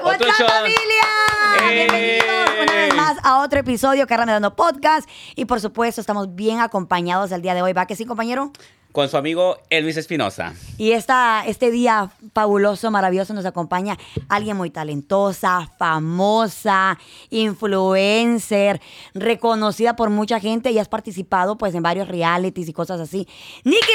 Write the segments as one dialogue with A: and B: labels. A: ¿Cómo
B: Otro
A: están,
B: shot.
A: familia?
B: ¡Ey!
A: Bienvenidos una vez más a otro episodio que Dando Podcast. Y por supuesto, estamos bien acompañados el día de hoy. ¿Va que sí, compañero?
B: Con su amigo Elvis Espinosa.
A: Y esta, este día fabuloso, maravilloso, nos acompaña alguien muy talentosa, famosa, influencer, reconocida por mucha gente y has participado pues en varios realities y cosas así. ¡Nikki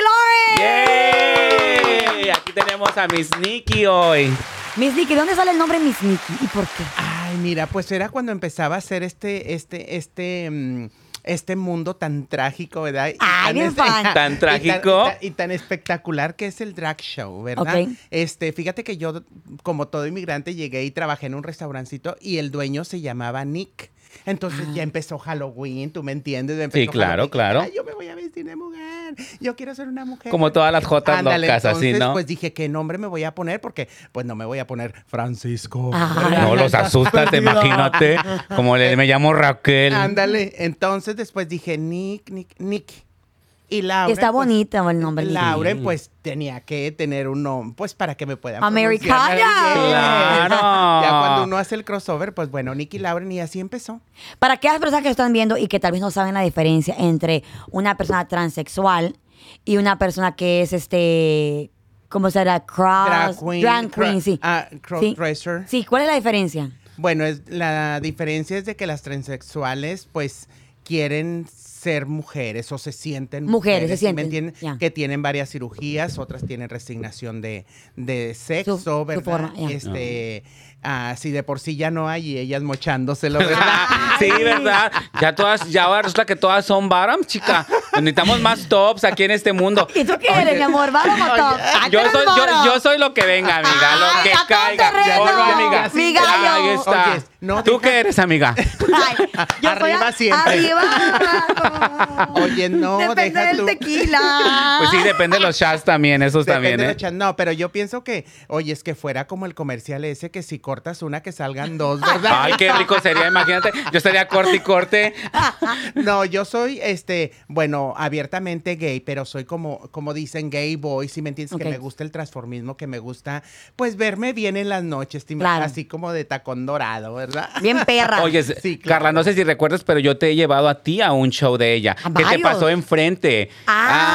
A: Lawrence!
B: ¡Yay! Aquí tenemos a Miss Nikki hoy.
A: Miss Nikki, ¿dónde sale el nombre Miss Nikki y por qué?
C: Ay, mira, pues era cuando empezaba a hacer este, este, este, mm, este mundo tan trágico, ¿verdad? Y
A: Ay, bien
C: es-
A: fan.
C: y
B: Tan trágico.
C: y tan- y tan espectacular que es el drag show, ¿verdad?
A: Ok.
C: Este, fíjate que yo, como todo inmigrante, llegué y trabajé en un restaurancito y el dueño se llamaba Nick. Entonces
A: Ah.
C: ya empezó Halloween, ¿tú me entiendes? Empezó
B: claro,
C: Halloween.
B: claro.
C: Ay, yo me voy a vestir de mujer. Yo quiero ser una mujer.
B: Como todas las jotas
C: Ándale,
B: locas, así,
C: entonces,
B: ¿no?
C: Pues dije, ¿qué nombre me voy a poner? Porque, pues no me voy a poner Francisco.
A: Ajá.
C: ¿verdad?
B: no los asustas, te imagínate. Como le, me llamo Raquel.
C: Ándale. Entonces después dije, Nick, Nick, Nick. Y Laura.
A: Está
C: pues,
A: bonito el nombre. Nikki.
C: Lauren, pues tenía que tener un nombre, pues para que me puedan.
A: Americana.
C: pronunciar. Yes.
B: Claro.
C: Ya cuando uno hace el crossover, pues bueno, Nick y Lauren, y así empezó.
A: Para aquellas personas que están viendo y que tal vez no saben la diferencia entre una persona transexual y una persona que es este. ¿Cómo será? Cross.
C: Drag queen.
A: Ah, drag queen,
C: cro-
A: sí.
C: ah,
A: sí.
C: crossdresser.
A: Sí, ¿cuál es la diferencia?
C: Bueno, es, la diferencia es de que las transexuales, pues, quieren ser mujeres o se sienten
A: Mujeres, se
C: ¿sí
A: sienten,
C: ¿me entienden?
A: ya.
C: que tienen varias cirugías, otras tienen resignación de, de sexo,
A: Su- su
C: ¿verdad?
A: forma, ya.
C: Este, ah, si de por sí ya no hay y ellas mochándoselo, ¿verdad?
B: Ah, Sí, ¿verdad? Ya todas, ya ahora resulta que todas son bottom, chica. Pues Necesitamos más tops aquí en este mundo.
A: ¿Y tú qué eres, mi amor? ¿Varón o top? Ah, tú
B: Yo
A: eres
B: soy, yo,
A: moro.
B: yo soy lo que venga, amiga.
A: Ah,
B: Lo que
A: está todo
B: caiga.
A: terreno.
B: Hola, amiga.
A: Mi gallo.
B: Ahí está.
C: Oye, no,
B: ¿Tú
C: deja-
B: qué eres, amiga? Pues
A: Ay, yo soy
C: Arriba
A: a-
C: siempre.
A: Arriba.
C: Oye, no,
A: Depende
C: deja
A: del
C: tú.
A: tequila.
B: Pues sí, depende de los chats también, esos
C: Depende
B: también,
C: de
B: ¿eh?
C: la chan- No, pero yo pienso que, oye, es que fuera como el comercial ese que si cortas una que salgan dos, ¿verdad?
B: Ay, qué rico sería, imagínate. Yo estaría corte y corte.
C: No, yo soy, este, bueno, abiertamente gay, pero soy como, como dicen, gay boy, si me entiendes,
A: Ok.
C: que me gusta el transformismo, que me gusta, pues, verme bien en las noches, te imag-
A: Claro.
C: así como de tacón dorado, ¿verdad?
A: Bien perra.
B: Oye,
C: Sí, claro.
B: Carla, no sé si recuerdas, pero yo te he llevado a ti a un show de ella.
A: ¿A
B: ¿Qué te
A: varios?
B: pasó enfrente?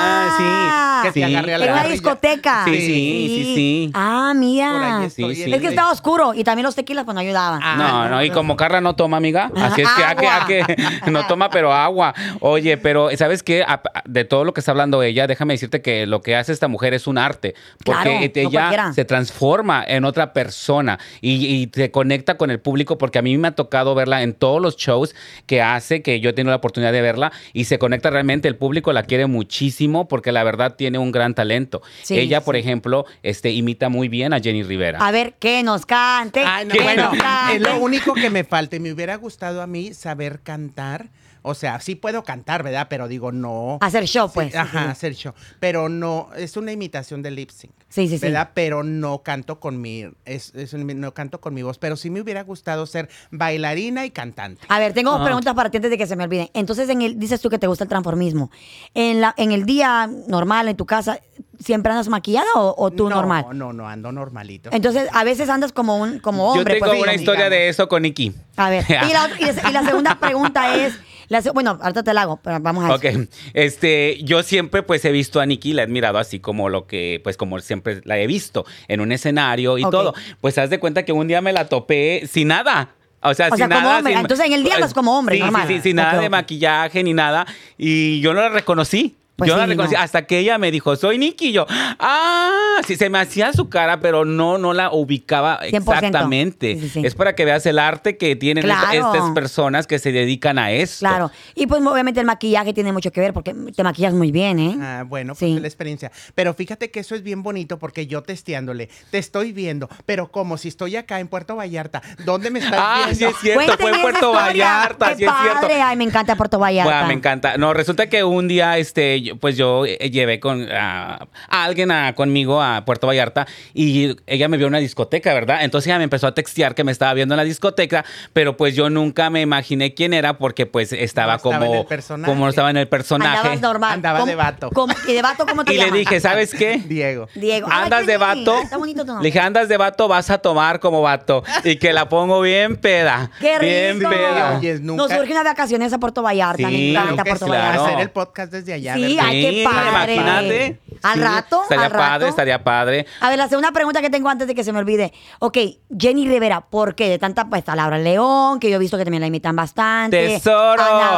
A: Ah,
B: Ah, sí.
C: que te
B: sí.
C: agarré a la
A: En una
C: garrilla.
A: discoteca.
B: Sí, sí, sí, sí.
A: Ah,
C: Por ahí
A: mira.
C: estoy
B: Sí,
C: en-
B: sí.
A: Es que estaba oscuro y también los tequilas pues no ayudaban.
C: Ah,
B: No, no, y como Carla no toma, amiga, así es que, a que, a que no toma, pero agua. Oye, pero ¿sabes qué? A- a- De todo lo que está hablando ella, déjame decirte que lo que hace esta mujer es un arte, porque
A: Claro, no
B: ella
A: cualquiera.
B: se transforma en otra persona y, y te conecta con el público, porque a mí me ha tocado verla en todos los shows que hace, que yo he tenido la oportunidad de verla, y se conecta realmente, el público la quiere muchísimo, porque la verdad tiene un gran talento.
A: Sí,
B: ella, por
A: sí. Ah,
B: ejemplo, este, imita muy bien a Jenny Rivera.
A: A ver, que nos cante.
C: Ay, no,
A: que
C: bueno,
A: nos cante.
C: es lo único que me falta. y Me hubiera gustado a mí saber cantar. O sea, sí puedo cantar, ¿verdad? Pero digo, no.
A: Hacer show,
C: Sí, ah,
A: pues.
C: Ajá, hacer show. Pero no, es una imitación de lip sync.
A: Sí, sí, sí.
C: ¿Verdad? Pero no canto con mi, es, es un- no canto con mi voz. Pero sí me hubiera gustado ser bailarina y cantante.
A: A ver, tengo dos
B: Ah.
A: preguntas para ti antes de que se me olviden. Entonces, en el, dices tú que te gusta el transformismo. En, la, en el día normal, en tu casa, ¿siempre andas maquillada o, o tú
C: no,
A: normal?
C: No, no, ando normalito.
A: Entonces, a veces andas como un como
B: Yo
A: hombre.
B: tengo
A: pues,
B: una
A: digamos.
B: historia de eso con Nikki.
A: A ver, y la, otra- y la- y la segunda pregunta es, la se- bueno, ahorita te la hago, pero vamos a
B: Ok,
A: ver.
B: este, yo siempre pues he visto a Nikki, la he admirado así como lo que, pues como siempre la he visto en un escenario y
A: Ok.
B: todo. Pues haz de cuenta que un día me la topé sin nada. O sea,
A: O
B: sin
A: sea, como
B: nada.
A: hombre.
B: sin-
A: Entonces, en el día andas como hombre,
B: Sí, sí,
A: normal.
B: Sí, sin nada
A: Ok,
B: de
A: ok.
B: maquillaje ni nada. Y yo no la reconocí.
A: Pues
B: yo no
A: sí,
B: la reconocí
A: no.
B: hasta que ella me dijo, soy Nikki. Y yo, ah, sí, se me hacía su cara, pero no, no la ubicaba
A: 100%.
B: exactamente.
A: Sí, sí, sí.
B: Es para que veas el arte que tienen est-
A: Claro.
B: estas personas que se dedican a eso.
A: Claro. Y pues obviamente el maquillaje tiene mucho que ver porque te maquillas muy bien, ¿eh?
C: Ah, bueno, pues
A: Sí.
C: es la experiencia. Pero fíjate que eso es bien bonito porque yo testeándole, te estoy viendo, pero como si estoy acá en Puerto Vallarta, ¿dónde me estás
B: Ah, sí
C: viendo?
B: es cierto, fue
A: Cuéntenme
B: en
A: esa
B: Puerto
A: historia.
B: Vallarta,
A: Qué
B: sí es cierto.
A: padre. Ay, me encanta Puerto Vallarta.
B: Guau, me encanta. No, resulta que un día este, yo- pues yo eh, llevé con, a, a alguien a- conmigo a Puerto Vallarta y ella me vio en una discoteca, ¿verdad? Entonces ella me empezó a textear que me estaba viendo en la discoteca, pero pues yo nunca me imaginé quién era porque pues estaba,
C: No estaba en el
B: como,
C: personaje.
B: como no estaba en el personaje.
A: Andabas normal.
C: Andaba
A: ¿Cómo-
C: de vato.
A: cómo- ¿Y de vato cómo te
B: Y le
A: llamas?
B: dije, ¿sabes qué?
C: Diego.
A: Diego. Ay,
B: Andas
A: qué
B: de
A: bien.
B: vato.
A: Está bonito tu nombre.
B: Le dije, "Ah, andas de vato, vas a tomar como vato. Y que la pongo bien peda.
A: ¡Qué
B: Bien
A: rico!
B: peda.
C: Oye, nunca-
A: Nos surge unas vacaciones a Puerto Vallarta.
B: Sí,
A: me encanta
B: nunca
A: Puerto
B: es
A: Vallarta.
B: claro.
C: hacer el podcast desde allá.
A: Sí,
C: del-
A: ay, qué
B: Sí,
A: padre.
B: Imagínate.
A: Al
B: Sí,
A: rato,
B: Estaría
A: al rato.
B: padre, estaría padre.
A: A ver, la segunda pregunta que tengo antes de que se me olvide. Ok, Jenny Rivera, ¿por qué? De tanta, pues, a Laura León, que yo he visto que también la imitan bastante.
B: ¡Tesoro!
A: Ana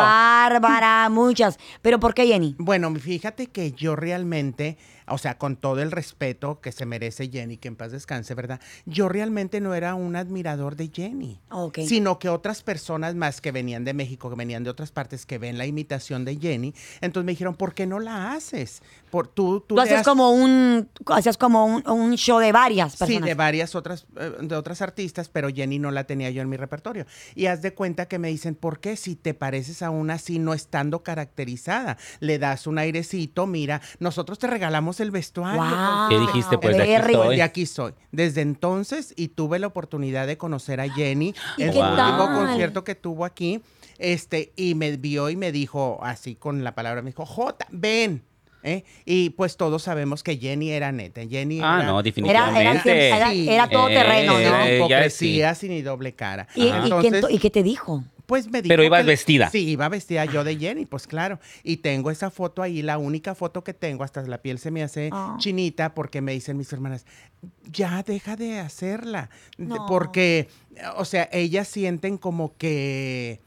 A: Bárbara, muchas. ¿Pero por qué Jenny?
C: Bueno, fíjate que yo realmente, o sea, con todo el respeto que se merece Jenny, que en paz descanse, ¿verdad? Yo realmente no era un admirador de Jenny,
A: Ok.
C: sino que otras personas más que venían de México, que venían de otras partes, que ven la imitación de Jenny, entonces me dijeron, ¿por qué no la haces? Por, tú, tú
A: Tú
C: le
A: hacías
C: das-
A: como un hacías como un, un show de varias personas.
C: Sí, de varias otras, eh, de otras artistas, pero Jenny no la tenía yo en mi repertorio. Y haz de cuenta que me dicen, ¿por qué si te pareces aún así no estando caracterizada? Le das un airecito, mira, nosotros te regalamos el vestuario.
A: Wow.
B: ¿Qué dijiste? Pues,
C: de
A: Qué
B: aquí
A: rico.
B: estoy.
C: Y aquí soy. Desde entonces, y tuve la oportunidad de conocer a Jenny
A: ¿Y
C: en
B: qué
C: su último
B: tal?
C: concierto que tuvo aquí. Este, y me vio y me dijo, así con la palabra, me dijo, Jota, ven. ¿eh? Y pues todos sabemos que Jenny era neta. Jenny
B: Ah,
C: era-
B: no,
A: Era,
B: definitivamente.
A: era, siempre- era,
C: Sí.
A: era todo
B: Eh,
A: terreno, ¿no?
B: era- ella
C: hipocresía sin ni doble cara.
A: ¿Y, y quién
C: Entonces,
A: to- ¿Y qué te dijo?
C: pues me dijo
B: Pero ibas
C: que-
B: vestida.
C: Sí, iba vestida yo de Jenny, pues claro. Y tengo esa foto ahí, la única foto que tengo, hasta la piel se me hace
A: Ah.
C: chinita porque me dicen mis hermanas, ya deja de hacerla. de-
A: No.
C: Porque, o sea, ellas sienten como que,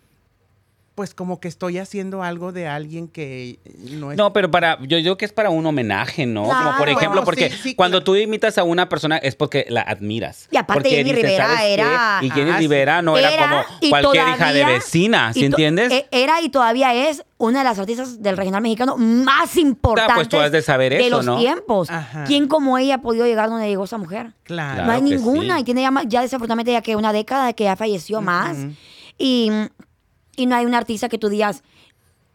C: pues como que estoy haciendo algo de alguien que no es...
B: No, pero para, yo digo que es para un homenaje, ¿no? Como por
A: Claro.
B: ejemplo,
A: Bueno,
B: porque
C: sí, sí,
B: cuando
C: claro.
B: tú imitas a una persona es porque la admiras.
A: Y aparte
B: Porque
A: Jenny
B: dices,
A: Rivera
B: "¿Sabes qué?".
A: era-
B: Y Jenny
C: Ah, sí.
B: Rivera no era, como
A: y
B: cualquier hija de
A: todavía-
B: vecina, ¿sí
A: y to-
B: entiendes?
A: e- Era y todavía es una de las artistas del regional mexicano más importantes
B: Ah, pues tú has de saber eso,
A: los
B: ¿no?
A: tiempos.
C: Ajá.
A: ¿Quién como ella ha podido llegar donde llegó esa mujer?
C: Claro.
A: no hay
B: que
A: ninguna.
B: sí.
A: Y tiene ya, ma- ya desafortunadamente ya que una década de que ya falleció más. Y, y no hay una artista que tú digas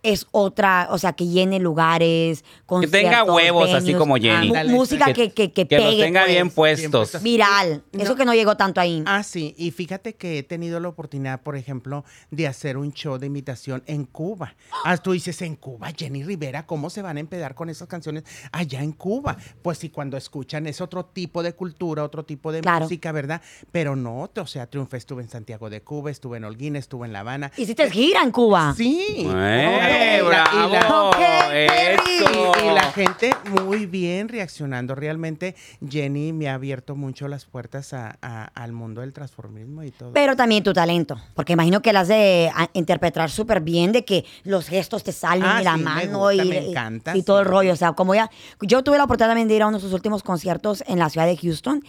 A: es otra, o sea, que llene lugares,
B: que tenga
A: conciertos,
B: huevos, así
A: venues, ah,
B: como Jenny.
A: mu-
C: Ándale,
A: música
B: que-
A: que, que, que
B: que los
A: pegue,
B: tenga bien
A: pues,
B: puestos.
C: Siempre
A: Viral.
C: No.
A: Eso que no llegó tanto ahí.
C: Ah, sí, y fíjate que he tenido la oportunidad, por ejemplo, de hacer un show de imitación en Cuba. Ah, tú dices, en Cuba, Jenny Rivera, ¿cómo se van a empedar con esas canciones allá en Cuba? Pues sí, cuando escuchan es otro tipo de cultura, otro tipo de
A: Claro.
C: música, ¿verdad? Pero no, o sea, triunfé, estuve en Santiago de Cuba, estuve en Holguín, estuve en La Habana.
A: Hiciste gira en Cuba.
C: Sí.
B: ¡Eh,
C: Y la- y la-
B: bravo!
A: Ok, qué
B: ¡Eso!
C: y la gente muy bien reaccionando. Realmente Jenny me ha abierto mucho las puertas a- a- al mundo del transformismo y todo.
A: Pero también tu talento, porque imagino que la has de a- interpretar súper bien, de que los gestos te salen
C: Ah,
A: y la
C: sí, me
A: mano
C: gusta,
A: y,
C: me
A: y-
C: encanta,
A: y todo el
C: sí.
A: rollo. O sea, como ya, yo tuve la oportunidad también de ir a uno de sus últimos conciertos en la ciudad de Houston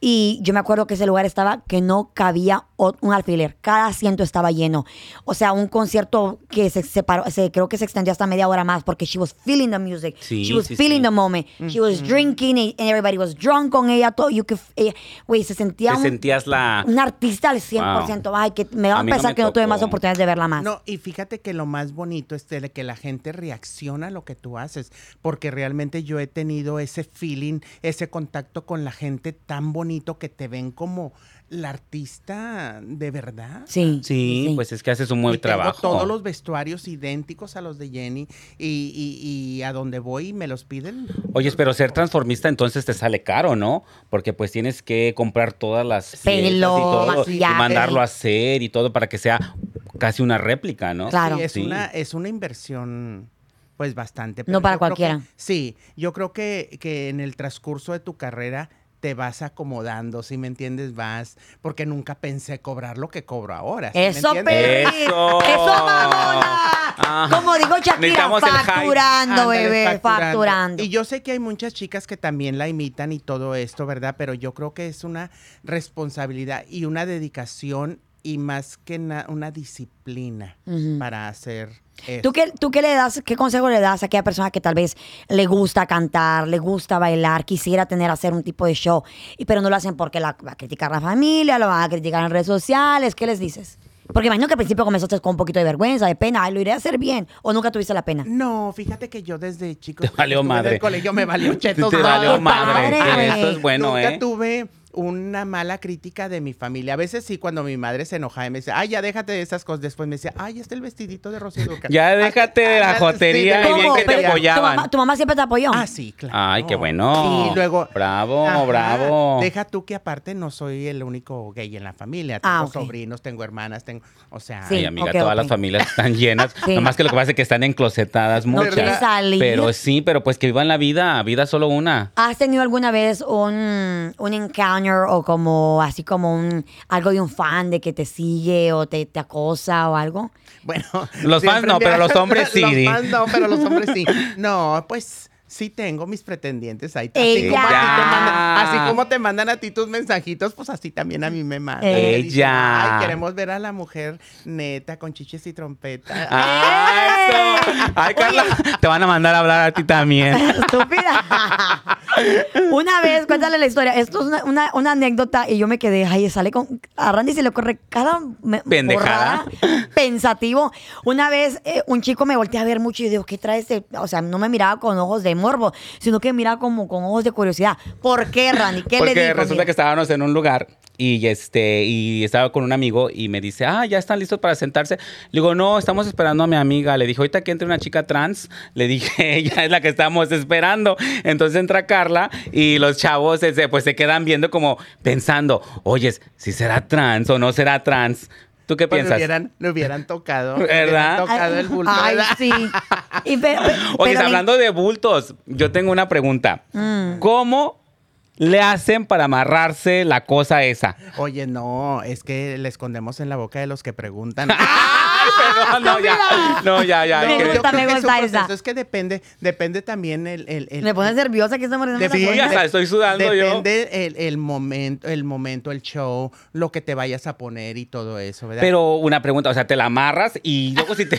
A: y yo me acuerdo que ese lugar estaba que no cabía o- un alfiler, cada asiento estaba lleno. O sea, un concierto que se separó, se, creo que se extendió hasta media hora más porque she was feeling the music,
B: Sí,
A: she was
B: sí,
A: feeling
B: sí.
A: the moment, she was drinking and everybody was drunk con ella, todo, you could, ella- güey, se sentía
B: Te
A: un-
B: sentías la...
A: una artista al 100%. Ay, que me va a,
B: A mí no
A: pensar
B: me
A: que no tuve
B: tocó.
A: más oportunidades de verla más.
C: No, y fíjate que lo más bonito es de que la gente reacciona a lo que tú haces, porque realmente yo he tenido ese feeling, ese contacto con la gente tan bonito que te ven como la artista de verdad.
A: Sí.
B: Sí, pues es que haces un
C: Y
B: buen
C: tengo
B: trabajo.
C: Todos los vestuarios idénticos a los de Jenny y, y- y a donde voy me los piden.
B: Oye, pero ser transformista entonces te sale caro, ¿no? Porque pues tienes que comprar todas las piezas y,
A: Pelo,
B: todo, y
A: maquillaje.
B: mandarlo a hacer y todo para que sea casi una réplica, ¿no?
A: Claro.
C: Sí, es,
B: Sí.
C: Una, es una inversión pues bastante.
A: No para
C: yo creo que-
A: cualquiera.
C: sí, yo creo que, que en el transcurso de tu carrera te vas acomodando, si me entiendes, vas, porque nunca pensé cobrar lo que cobro ahora. ¿sí me
A: Eso,
C: entiendes?
A: Perry.
B: Eso.
A: Eso, mamona.
B: Ah.
A: Como digo, Shakira,
B: Necesitamos el hype.
A: facturando,
C: Ándale,
A: bebé, facturando.
C: Y yo sé que hay muchas chicas que también la imitan y todo esto, ¿verdad? Pero yo creo que es una responsabilidad y una dedicación y más que na- una disciplina
A: Ujú.
C: para hacer
A: ¿Tú
C: esto.
A: qué, ¿Tú qué le das, qué consejo le das a aquella persona que tal vez le gusta cantar, le gusta bailar, quisiera tener, hacer un tipo de show, y, pero no lo hacen porque la, va a criticar la familia, lo van a criticar en redes sociales? ¿Qué les dices? Porque imagino que al principio comenzaste con un poquito de vergüenza, de pena. Ay, lo iré a hacer bien. ¿O nunca tuviste la pena?
C: No, fíjate que yo desde chico.
B: Te valió
C: estuve En
B: madre.
C: el colegio me valió chetos.
B: te
A: no,
B: valió
A: qué
B: madre.
A: padre.
B: Eso es bueno,
C: Nunca
B: ¿eh?
C: tuve una mala crítica de mi familia. A veces sí, cuando mi madre se enojaba y me decía, ay, ya déjate de esas cosas. Después me decía, ay, está el vestidito de Rocío Dúrcal.
B: Ya déjate de la
C: Ah, sí,
B: jotería y bien
A: ¿Cómo?
B: que te
A: Pero, ¿tu,
B: apoyaban.
A: mamá, tu mamá siempre te apoyó?
C: Ah, sí, claro.
B: Ay, qué bueno.
C: Y luego.
B: Bravo,
C: Ajá,
B: bravo.
C: Deja tú que aparte no soy el único gay en la familia. Tengo
A: Ah, ok.
C: sobrinos, tengo hermanas, tengo. O sea.
A: Sí.
B: Ay, amiga,
A: ok,
B: todas
A: ok.
B: las familias están llenas.
A: Sí.
B: Nomás que lo que pasa es que están enclosetadas
A: No
B: muchas.
A: quieren salir.
B: Pero sí, pero pues que vivan la vida. Vida solo una.
A: ¿Has tenido alguna vez un, un encounter o como así como un algo de un fan de que te sigue o te, te acosa o algo?
C: Bueno.
B: Los fans
C: siempre
B: no,
C: me
B: pero
C: ha-
B: los hombres sí.
C: Los fans no, pero los hombres sí. No, pues. Sí tengo mis pretendientes ahí. Así
A: Ella.
C: como, a ti te mandan,
B: Ya.
C: así como te mandan a ti tus mensajitos, pues así también a mí me mandan.
A: Ella.
C: Me dicen, Ay, queremos ver a la mujer neta con chiches y trompeta.
B: ¡Ah, eso! Ay, Carla, te van a mandar a hablar a ti también.
A: Estúpida. una vez, cuéntale la historia. Esto es una, una- una anécdota y yo me quedé ahí. Sale con. A Randy se le corre cada me-
B: Pendejada.
A: borrada, pensativo. Una vez eh, un chico me voltea a ver mucho y yo digo, ¿qué trae este? O sea, no me miraba con ojos de morbo, sino que me miraba como con ojos de curiosidad. ¿Por qué, Randy? ¿Qué
B: Porque
A: le dijo?
B: resulta
A: Mira.
B: que estábamos en un lugar y este y estaba con un amigo y me dice, ah, ya están listos para sentarse. Le digo, no, estamos esperando a mi amiga. Le dije, ahorita que entre una chica trans, le dije, ella es la que estamos esperando. Entonces entra Carla y los chavos este, pues se quedan viendo como pensando, oyes, si será trans o no será trans. ¿Tú qué
C: Pues, le
B: piensas?
C: hubieran, le hubieran tocado. le
B: ¿Verdad?
C: hubieran tocado el bulto.
A: Ay,
C: ¿verdad?
A: sí. Y pe- pe-
B: Oye,
A: pero- Mm.
B: hablando de bultos, yo tengo una pregunta. ¿Cómo le hacen para amarrarse la cosa esa?
C: Oye, no, es que le escondemos en la boca de los que preguntan.
B: Ay, perdón, no, ya. No, ya, ya.
A: Me
B: que-
A: gusta, me
C: que es un
A: gusta esa.
C: proceso, Es que depende, depende también el... el, el-
A: Me pones nerviosa que estamos haciendo
C: depende-
B: Sí, Pues ya hasta estoy sudando yo.
C: Depende el, el momento, el momento, el show, lo que te vayas a poner y todo eso, ¿verdad?
B: Pero una pregunta, o sea, te la amarras y luego si te.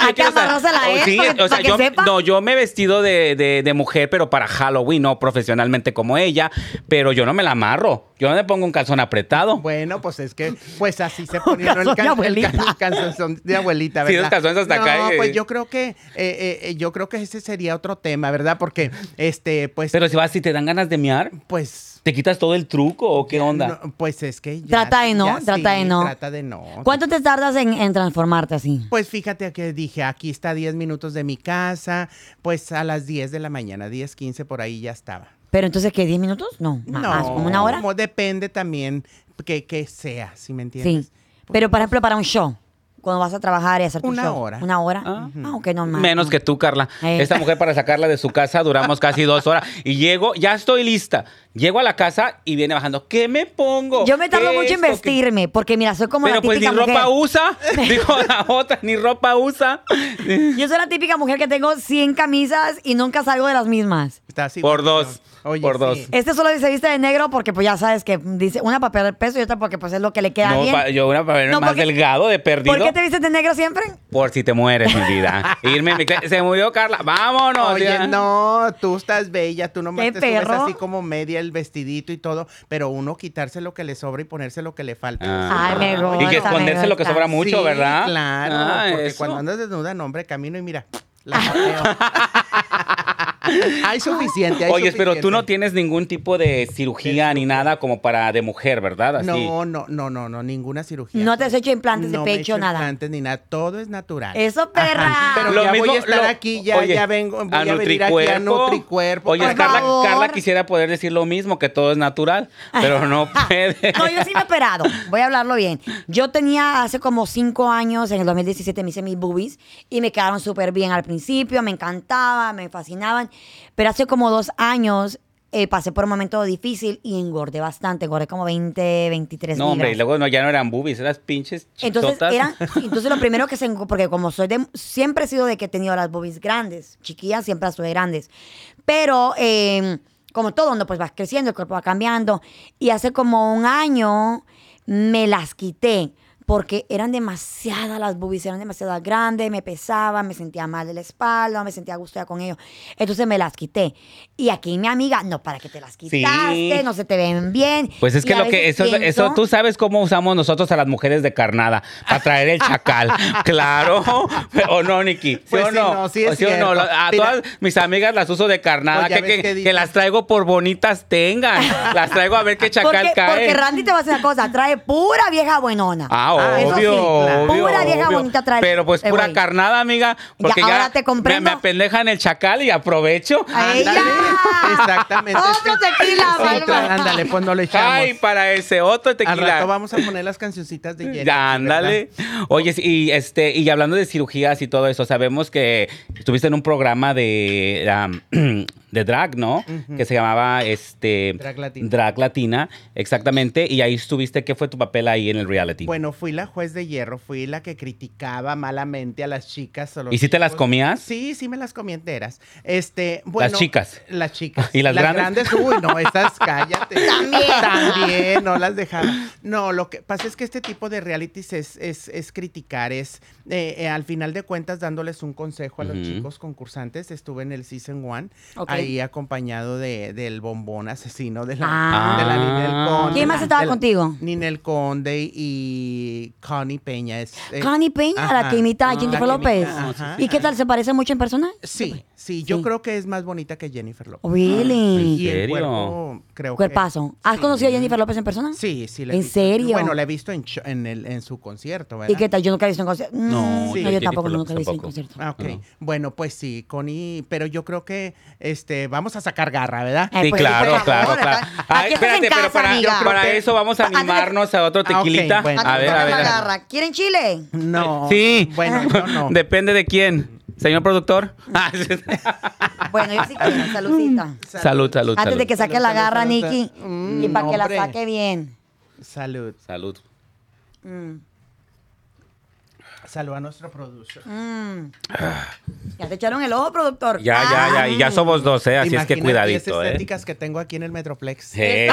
A: Hay que
B: sa-
A: amarrársela a él
B: sí,
A: para que-
B: o sea,
A: para que
B: yo,
A: sepa.
B: no, yo me he vestido de, de- de mujer, pero para Halloween, no profesionalmente como ella, pero yo no me la amarro. Yo no me pongo un calzón apretado.
C: Bueno, pues es que, pues así se ponía
A: calzón de
C: ¿no? el, can- el
A: abuelita.
C: can- el calzón de abuelita,
B: Sí,
C: ¿verdad?
B: los calzones hasta
C: no,
B: acá, eh.
C: pues yo creo que, eh, eh, eh, yo creo que ese sería otro tema, ¿verdad? Porque, este, pues,
B: Pero si vas, si te dan ganas de mear,
C: pues...
B: ¿te quitas todo el truco o qué onda?
C: no, pues es que ya-
A: Trata de no,
C: ya
A: trata
C: sí,
A: de no.
C: Trata de no.
A: ¿Cuánto te tardas en, en transformarte así?
C: Pues fíjate que dije, aquí está a 10 minutos de mi casa, pues a las 10 de la mañana, 10, 15 por ahí ya estaba.
A: Pero entonces, ¿qué? ¿10 minutos? No, más, como una hora.
C: como depende también que, que sea, si me entiendes.
A: Sí. Pero, por ejemplo, para un show, cuando vas a trabajar y hacer tu
C: Una
A: show,
C: hora.
A: Una hora.
B: Ah.
A: Ah, ok, no más.
B: Menos que tú, Carla.
A: Eh.
B: Esta mujer para sacarla de su casa duramos casi dos horas. Y llego, ya estoy lista. Llego a la casa y viene bajando. ¿Qué me pongo?
A: Yo me tardo
B: ¿Qué
A: mucho en
B: esto? ¿Qué-?"
A: vestirme, porque mira, soy como
B: Pero
A: la
B: pues ni
A: típica
B: ropa
A: mujer.
B: usa. Dijo la otra, ni ropa usa.
A: Yo soy la típica mujer que tengo 100 camisas y nunca salgo de las mismas.
C: Está así,
B: Por
C: bueno,
B: dos,
C: oye,
B: por
C: sí.
B: dos.
A: Este solo se viste de negro porque pues ya sabes que dice una para perder peso y otra porque pues es lo que le queda
B: No,
A: bien.
B: pa- yo una para verme
A: No,
B: más
A: porque-
B: delgado de perdido.
A: ¿Por
B: ¿Por,
A: qué te vistes de negro siempre?
B: si te mueres, mi vida. Irme en bicicleta. Se murió Carla. Vámonos. ya.
C: Oye, no, tú estás bella, tú nomás
A: ¿Qué
C: te subes
A: perro?
C: así como media el vestidito y todo, pero uno quitarse lo que le sobra y ponerse lo que le falta.
B: Ah.
A: Ay, me
B: Y que
A: gusta, me
B: esconderse lo que
A: gusta.
B: sobra mucho,
C: Sí,
B: ¿verdad?
C: Claro,
B: Ah,
C: porque
B: eso.
C: cuando andas desnuda, no, hombre, camino y mira, la pateo. hay suficiente, hay
B: Oye, pero tú
C: suficiente.
B: no tienes ningún tipo de cirugía ni nada como para de mujer, ¿verdad? Así.
C: No, no, no, no, no, ninguna cirugía.
A: No te has hecho implantes de
C: No me he
A: pecho,
C: hecho
A: nada.
C: implantes ni nada, todo es natural.
A: Eso, perra.
C: Pero
B: Lo
C: ya voy
B: mismo-
C: a estar
B: lo-
C: aquí, ya,
B: oye,
C: ya vengo, voy a, venir aquí a
B: Nutricuerpo.
C: Nutricuerpo.
B: Oye,
A: por
B: Carla,
A: favor.
B: Carla quisiera poder decir lo mismo, que todo es natural, pero no puede.
A: No, yo sí me he operado. Voy a hablarlo bien. Yo tenía hace como cinco años, en el 2017 me hice mis boobies y me quedaron súper bien al principio, me encantaba, me fascinaban. Pero hace como dos años eh, pasé por un momento difícil y engordé bastante. Engordé como 20, 23
B: No, hombre, y
A: libras.
B: luego no, ya no eran boobies, eran pinches chichotas.
A: Entonces, eran, entonces lo primero que se... enco- Porque como soy de... Siempre he sido de que he tenido las boobies grandes. Chiquillas siempre las tuve grandes. Pero, eh, como todo, no, pues vas creciendo, el cuerpo va cambiando. Y hace como un año me las quité. porque eran demasiadas las boobies, eran demasiadas grandes, me pesaba, me sentía mal de la espalda, me sentía a gusto ya con ellos. Entonces me las quité. Y aquí mi amiga, no, para que te las quitaste, no se te ven bien.
B: Pues es
A: Y
B: que
A: a
B: lo que
A: veces
B: eso,
A: pienso-
B: eso tú sabes cómo usamos nosotros a las mujeres de carnada para traer el chacal, claro, o no Nikki, sí
C: Pues
B: o
C: sí,
B: no,
C: no, sí es
B: ¿O o no?
C: cierto.
B: a
C: Mira.
B: todas mis amigas las uso de carnada,
C: Pues ya
B: que,
C: ves
B: que-
C: que
B: que
C: dice.
B: las traigo por bonitas tengan, las traigo a ver qué chacal
A: Porque,
B: cae.
A: porque Randy te va a hacer una cosa, trae pura vieja buenona.
B: Ah,
C: Ah,
B: obvio,
C: eso sí, claro.
B: obvio,
A: Pura vieja
B: obvio.
A: bonita trae el-
B: Pero pues
A: el
B: pura
A: güey.
B: carnada, amiga. Porque ya,
A: ahora te
B: me-
A: comprendo.
B: Me, apendejan el chacal y aprovecho.
A: ¡A ella!
C: Ah, Ándale, exactamente.
A: Otro tequila,
C: Otro,
A: Bárbara.
C: Ándale, pues no le echamos.
B: Ay, para ese otro tequila.
C: Al rato vamos a poner las cancioncitas de Jenny.
B: Ya, ándale. Oye, y este, y hablando de cirugías y todo eso, sabemos que estuviste en un programa de, um, de drag, ¿no? Que se llamaba este
C: Drag Latina.
B: Drag Latina, exactamente. Y ahí estuviste, ¿qué fue tu papel ahí en el reality?
C: Bueno, fui la juez de hierro, fui la que criticaba malamente a las chicas. a los
B: ¿Y si te las
C: chicos.
B: comías?
A: Eh,
C: Sí, sí me las comí enteras. Este, bueno,
B: chicas.
C: Las chicas.
B: ¿Y las grandes?
C: Uy, no, esas, cállate.
A: También.
C: También, no las dejaba. No, lo que pasa es que este tipo de realities es, es, es criticar, es eh, eh, al final de cuentas dándoles un consejo a los
B: Ujú.
C: chicos concursantes. Estuve en el Season One,
A: Ok.
C: ahí acompañado de, del bombón asesino de la,
A: Ah.
C: de la Ninel Conde.
A: ¿Quién más estaba
C: De la-
A: contigo?
C: Ninel Conde y Connie Peña. Es, eh,
A: Connie Peña, la
C: ajá.
A: que imita a
B: Ah,
A: Jennifer
B: la que
A: López.
C: imita, ajá.
A: ¿Y qué tal? ¿Se parece mucho en persona?
C: Sí, sí, yo
A: Sí.
C: creo que es más bonita que Jennifer López.
A: Really.
B: ¿en
C: Y el
B: serio?
C: cuerpo, creo
A: Cuerpazo.
C: que...
A: ¿Has
C: sí.
A: conocido a Jennifer López en persona?
C: Sí, sí. la he
A: ¿En
C: visto.
A: serio?
C: Bueno, la he visto en, cho- en, el, en su concierto, ¿verdad?
A: ¿Y qué tal? Yo nunca he visto en concierto. Mm,
B: No,
A: No,
C: sí.
A: yo
B: Jennifer
A: tampoco,
B: López
A: nunca he visto en
B: tampoco.
A: concierto.
C: Ah,
B: No.
C: ok. Bueno, pues sí, Connie, pero yo creo que este, vamos a sacar garra, ¿verdad?
A: Ay,
B: Sí,
A: pues,
B: claro,
A: por favor,
B: claro, claro.
A: acá-
B: Ay,
A: aquí estás en
B: espérate,
A: casa,
B: pero para,
A: amiga.
B: para eso vamos a
A: Antes de-
B: animarnos a otro
C: Ah, ok,
B: tequilita.
C: bueno.
B: A ver, a ver. a ver.
A: Agarra. ¿Quieren chile?
C: No.
B: Sí.
C: Bueno, yo no.
B: Depende de quién. Señor productor. Ah, sí.
A: Bueno, yo sí quiero.
B: Mm.
A: Saludcita.
B: salud, salud,
A: Antes
B: salud.
A: de que saque la
C: Salud,
A: garra,
C: salud,
A: Nikki.
C: salud. Mm,
A: Y para que la
C: hombre.
A: saque bien.
C: Salud.
B: Salud.
C: Salud a nuestro producer.
A: Mm. Ya te echaron el ojo, productor.
B: Ah.
A: Ah.
B: Ya, ya, ya. Y ya somos dos, ¿eh? Así es que
C: Imagínate
B: cuidadito,
C: esas
B: ¿eh?
C: estéticas que tengo aquí en el Metroplex.
B: Eso.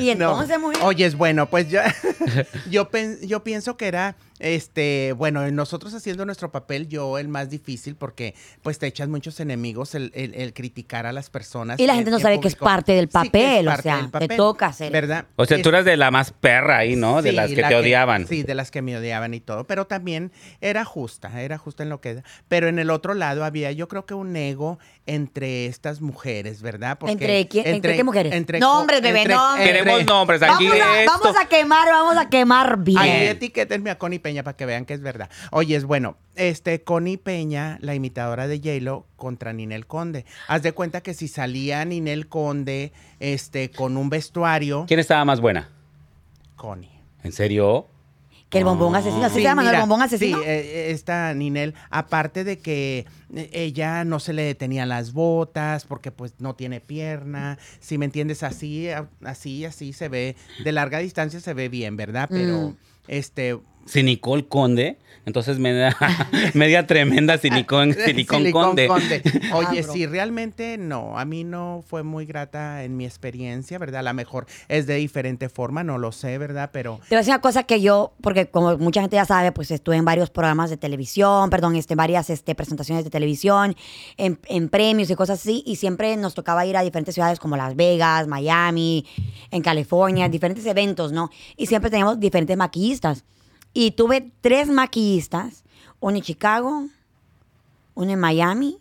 A: Y
C: No.
A: entonces, mujer.
C: Oye, es bueno, pues yo, yo, pen- yo pienso que era, este, bueno, nosotros haciendo nuestro papel, yo el más difícil, porque pues te echas muchos enemigos el, el- el criticar a las personas.
A: Y la gente no
C: en
A: sabe que es
C: público.
A: parte del
C: Sí, que es
A: papel, o
C: parte
A: sea,
C: del
A: te toca hacer.
C: ¿Verdad?
B: O sea, tú eras de la más perra ahí, ¿no? De
C: Sí,
B: las que
C: la
B: te odiaban.
C: Sí, de las que me odiaban y todo, pero también era justa, era justa en lo que... Pero en el otro lado había, yo creo que un ego entre estas mujeres, ¿verdad?
A: ¿Entre quién- entre qué mujeres? Nombres, bebé, nombres.
B: Queremos nombres aquí.
A: Vamos a,
B: esto.
A: vamos a quemar, vamos a quemar
C: Ahí
A: bien.
C: etiquétenme a Connie Peña para que vean que es verdad. Oye, es bueno, este Connie Peña, la imitadora de J-Lo, contra Ninel Conde. Haz de cuenta que si salía Ninel Conde este, con un vestuario,
B: ¿Quién estaba más buena?
C: Connie.
B: ¿En serio?
A: Que el bombón asesino. ¿Así
C: Sí,
A: se llama ¿no? el
C: mira,
A: bombón asesino?
C: Sí, eh, eh, esta Ninel, aparte de que eh, ella no se le detenían las botas porque pues no tiene pierna, si me entiendes, así, a- así, así se ve, de larga distancia se ve bien, ¿verdad? Pero,
A: Mm.
C: este,
B: Si Nicole Conde, entonces media, media tremenda si Nicole, si Nicole Conde.
C: Oye,
A: Abro.
C: sí, realmente no. A mí no fue muy grata en mi experiencia, ¿verdad? A lo mejor es de diferente forma, no lo sé, ¿verdad? Pero
A: Te voy a decir una cosa que yo, porque como mucha gente ya sabe, pues estuve en varios programas de televisión, perdón, este, varias este, presentaciones de televisión, en, en premios y cosas así, y siempre nos tocaba ir a diferentes ciudades como Las Vegas, Miami, en California, diferentes eventos, ¿no? Y siempre teníamos diferentes maquillistas. Y tuve tres maquillistas, uno en Chicago, uno en Miami